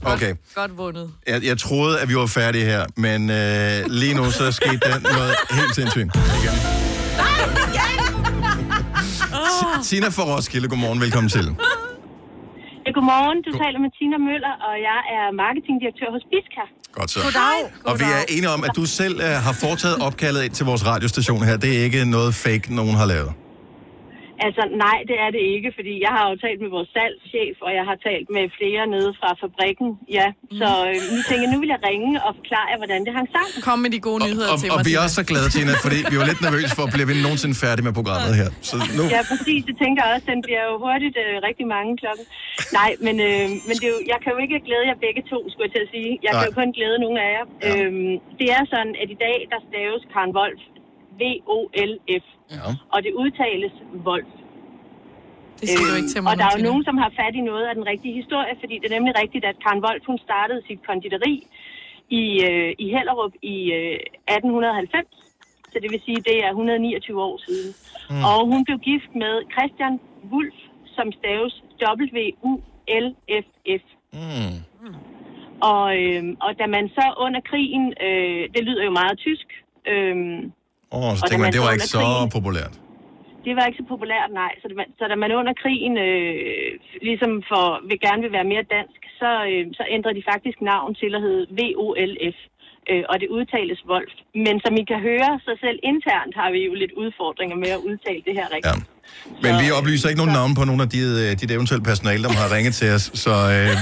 Speaker 1: Okay.
Speaker 2: Godt vundet.
Speaker 1: Jeg, jeg troede, at vi var færdige her, men øh, lige nu så skete der noget helt sindssygt. Igen. Sina fra Roskilde, godmorgen, velkommen til.
Speaker 14: Ja, godmorgen. Du taler med Tina Møller, og jeg er marketingdirektør hos Biska.
Speaker 1: Godt så.
Speaker 14: Goddag.
Speaker 1: Og vi er enige om, at du selv øh, har foretaget opkaldet ind til vores radiostation her. Det er ikke noget fake, nogen har lavet.
Speaker 14: Altså, nej, det er det ikke, fordi jeg har jo talt med vores salgschef, og jeg har talt med flere nede fra fabrikken. Ja, så øh, nu tænker jeg, nu vil jeg ringe og forklare jer, hvordan det hang sammen.
Speaker 2: Mm. Kom med de gode nyheder
Speaker 1: Og, og vi er også så glade, Tina, fordi
Speaker 2: *laughs*
Speaker 1: vi var lidt nervøse for, bliver vi nogensinde færdige med programmet her. Så nu...
Speaker 14: Ja, præcis. Det tænker jeg også. Den bliver jo hurtigt øh, rigtig mange klokken. Nej, men, øh, men det er jo, jeg kan jo ikke glæde jer begge to, skulle jeg til at sige. Jeg kan
Speaker 19: Nej.
Speaker 14: jo kun glæde nogle af jer. Ja. Øhm, det er sådan, at i dag, der staves Karen Wolf. V-O-L-F.
Speaker 1: Ja.
Speaker 14: Og det udtales Wolf.
Speaker 2: Det siger du ikke til mig
Speaker 14: Og
Speaker 2: nu,
Speaker 14: der er jo
Speaker 2: Tina.
Speaker 14: nogen, som har fat i noget af den rigtige historie, fordi det er nemlig rigtigt, at Karen Wolf, hun startede sit konditori i, øh, i Hellerup i øh, 1890. Så det vil sige, det er 129 år siden. Mm. Og hun blev gift med Christian Wulf, som staves W-U-L-F-F.
Speaker 1: Mm.
Speaker 14: Og, øh, og da man så under krigen, øh, det lyder jo meget tysk, øh,
Speaker 1: Åh, oh, så
Speaker 14: Og da
Speaker 1: tænker man,
Speaker 14: man
Speaker 1: det var
Speaker 14: så
Speaker 1: ikke
Speaker 14: under
Speaker 1: så populært.
Speaker 14: det var ikke så populært, nej. Så, det, så da man under krigen øh, ligesom for, vil gerne vil være mere dansk, så, øh, så ændrede de faktisk navn til at hedde VOLF. Øh, og det udtales Wolf. Men som I kan høre, så selv internt har vi jo lidt udfordringer med at udtale det her rigtigt. Ja.
Speaker 1: Men vi oplyser ikke nogen navne på nogen af de, øh, dit eventuelle personale, der har ringet til os. Så øh,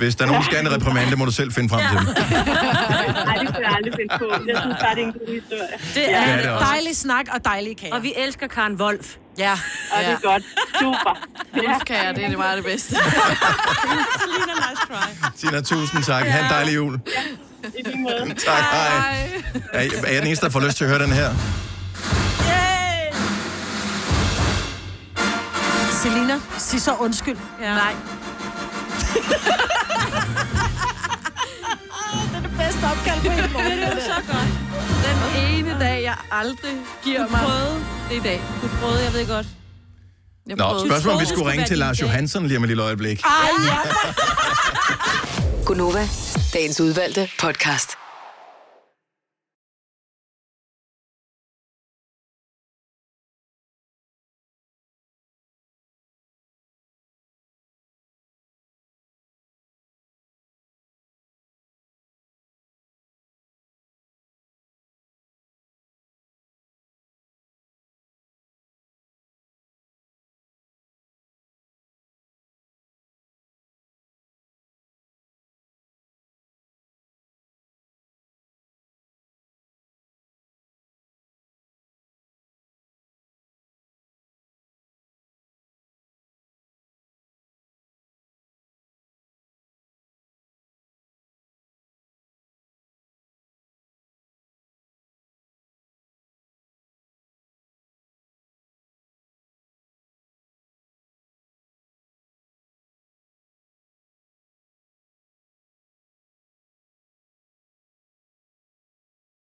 Speaker 1: hvis der er nogen, der skal have en reprimande, må du selv finde frem til dem.
Speaker 14: *laughs* Nej, det kunne jeg aldrig finde på. Jeg synes bare, det er en god historie.
Speaker 3: Det
Speaker 1: Ja,
Speaker 3: er,
Speaker 1: det er
Speaker 3: ja,
Speaker 1: det
Speaker 3: det
Speaker 1: også.
Speaker 3: dejlig
Speaker 4: snak og dejlig kage.
Speaker 3: Og vi elsker Karen Wolf.
Speaker 4: Ja.
Speaker 14: Og det er godt. Super.
Speaker 2: Wolfkager, det er det meget det bedste.
Speaker 3: Selina, nice try.
Speaker 1: Tina, tusind tak. Ha' en dejlig jul.
Speaker 14: I lige måde.
Speaker 1: *laughs* Tak, hej. Er, I- er jeg den eneste, der får lyst til at høre den her?
Speaker 4: Selina, sig så undskyld. Ja. Nej.
Speaker 2: det er det bedste opkald på hele morgen. det er jo så godt. Den ene dag, jeg aldrig giver
Speaker 3: Du
Speaker 2: mig...
Speaker 3: prøvede.
Speaker 2: Det er i dag.
Speaker 3: Du prøvede, jeg ved godt.
Speaker 2: Jeg
Speaker 1: Nå,
Speaker 2: prøvede.
Speaker 1: spørgsmålet om vi
Speaker 2: Du
Speaker 1: skulle
Speaker 2: troede,
Speaker 1: ringe
Speaker 2: det
Speaker 1: til
Speaker 2: være
Speaker 1: Lars
Speaker 2: din dag.
Speaker 1: Johansson lige om et lille øjeblik.
Speaker 2: Ej, ja.
Speaker 5: Gunova, dagens udvalgte podcast.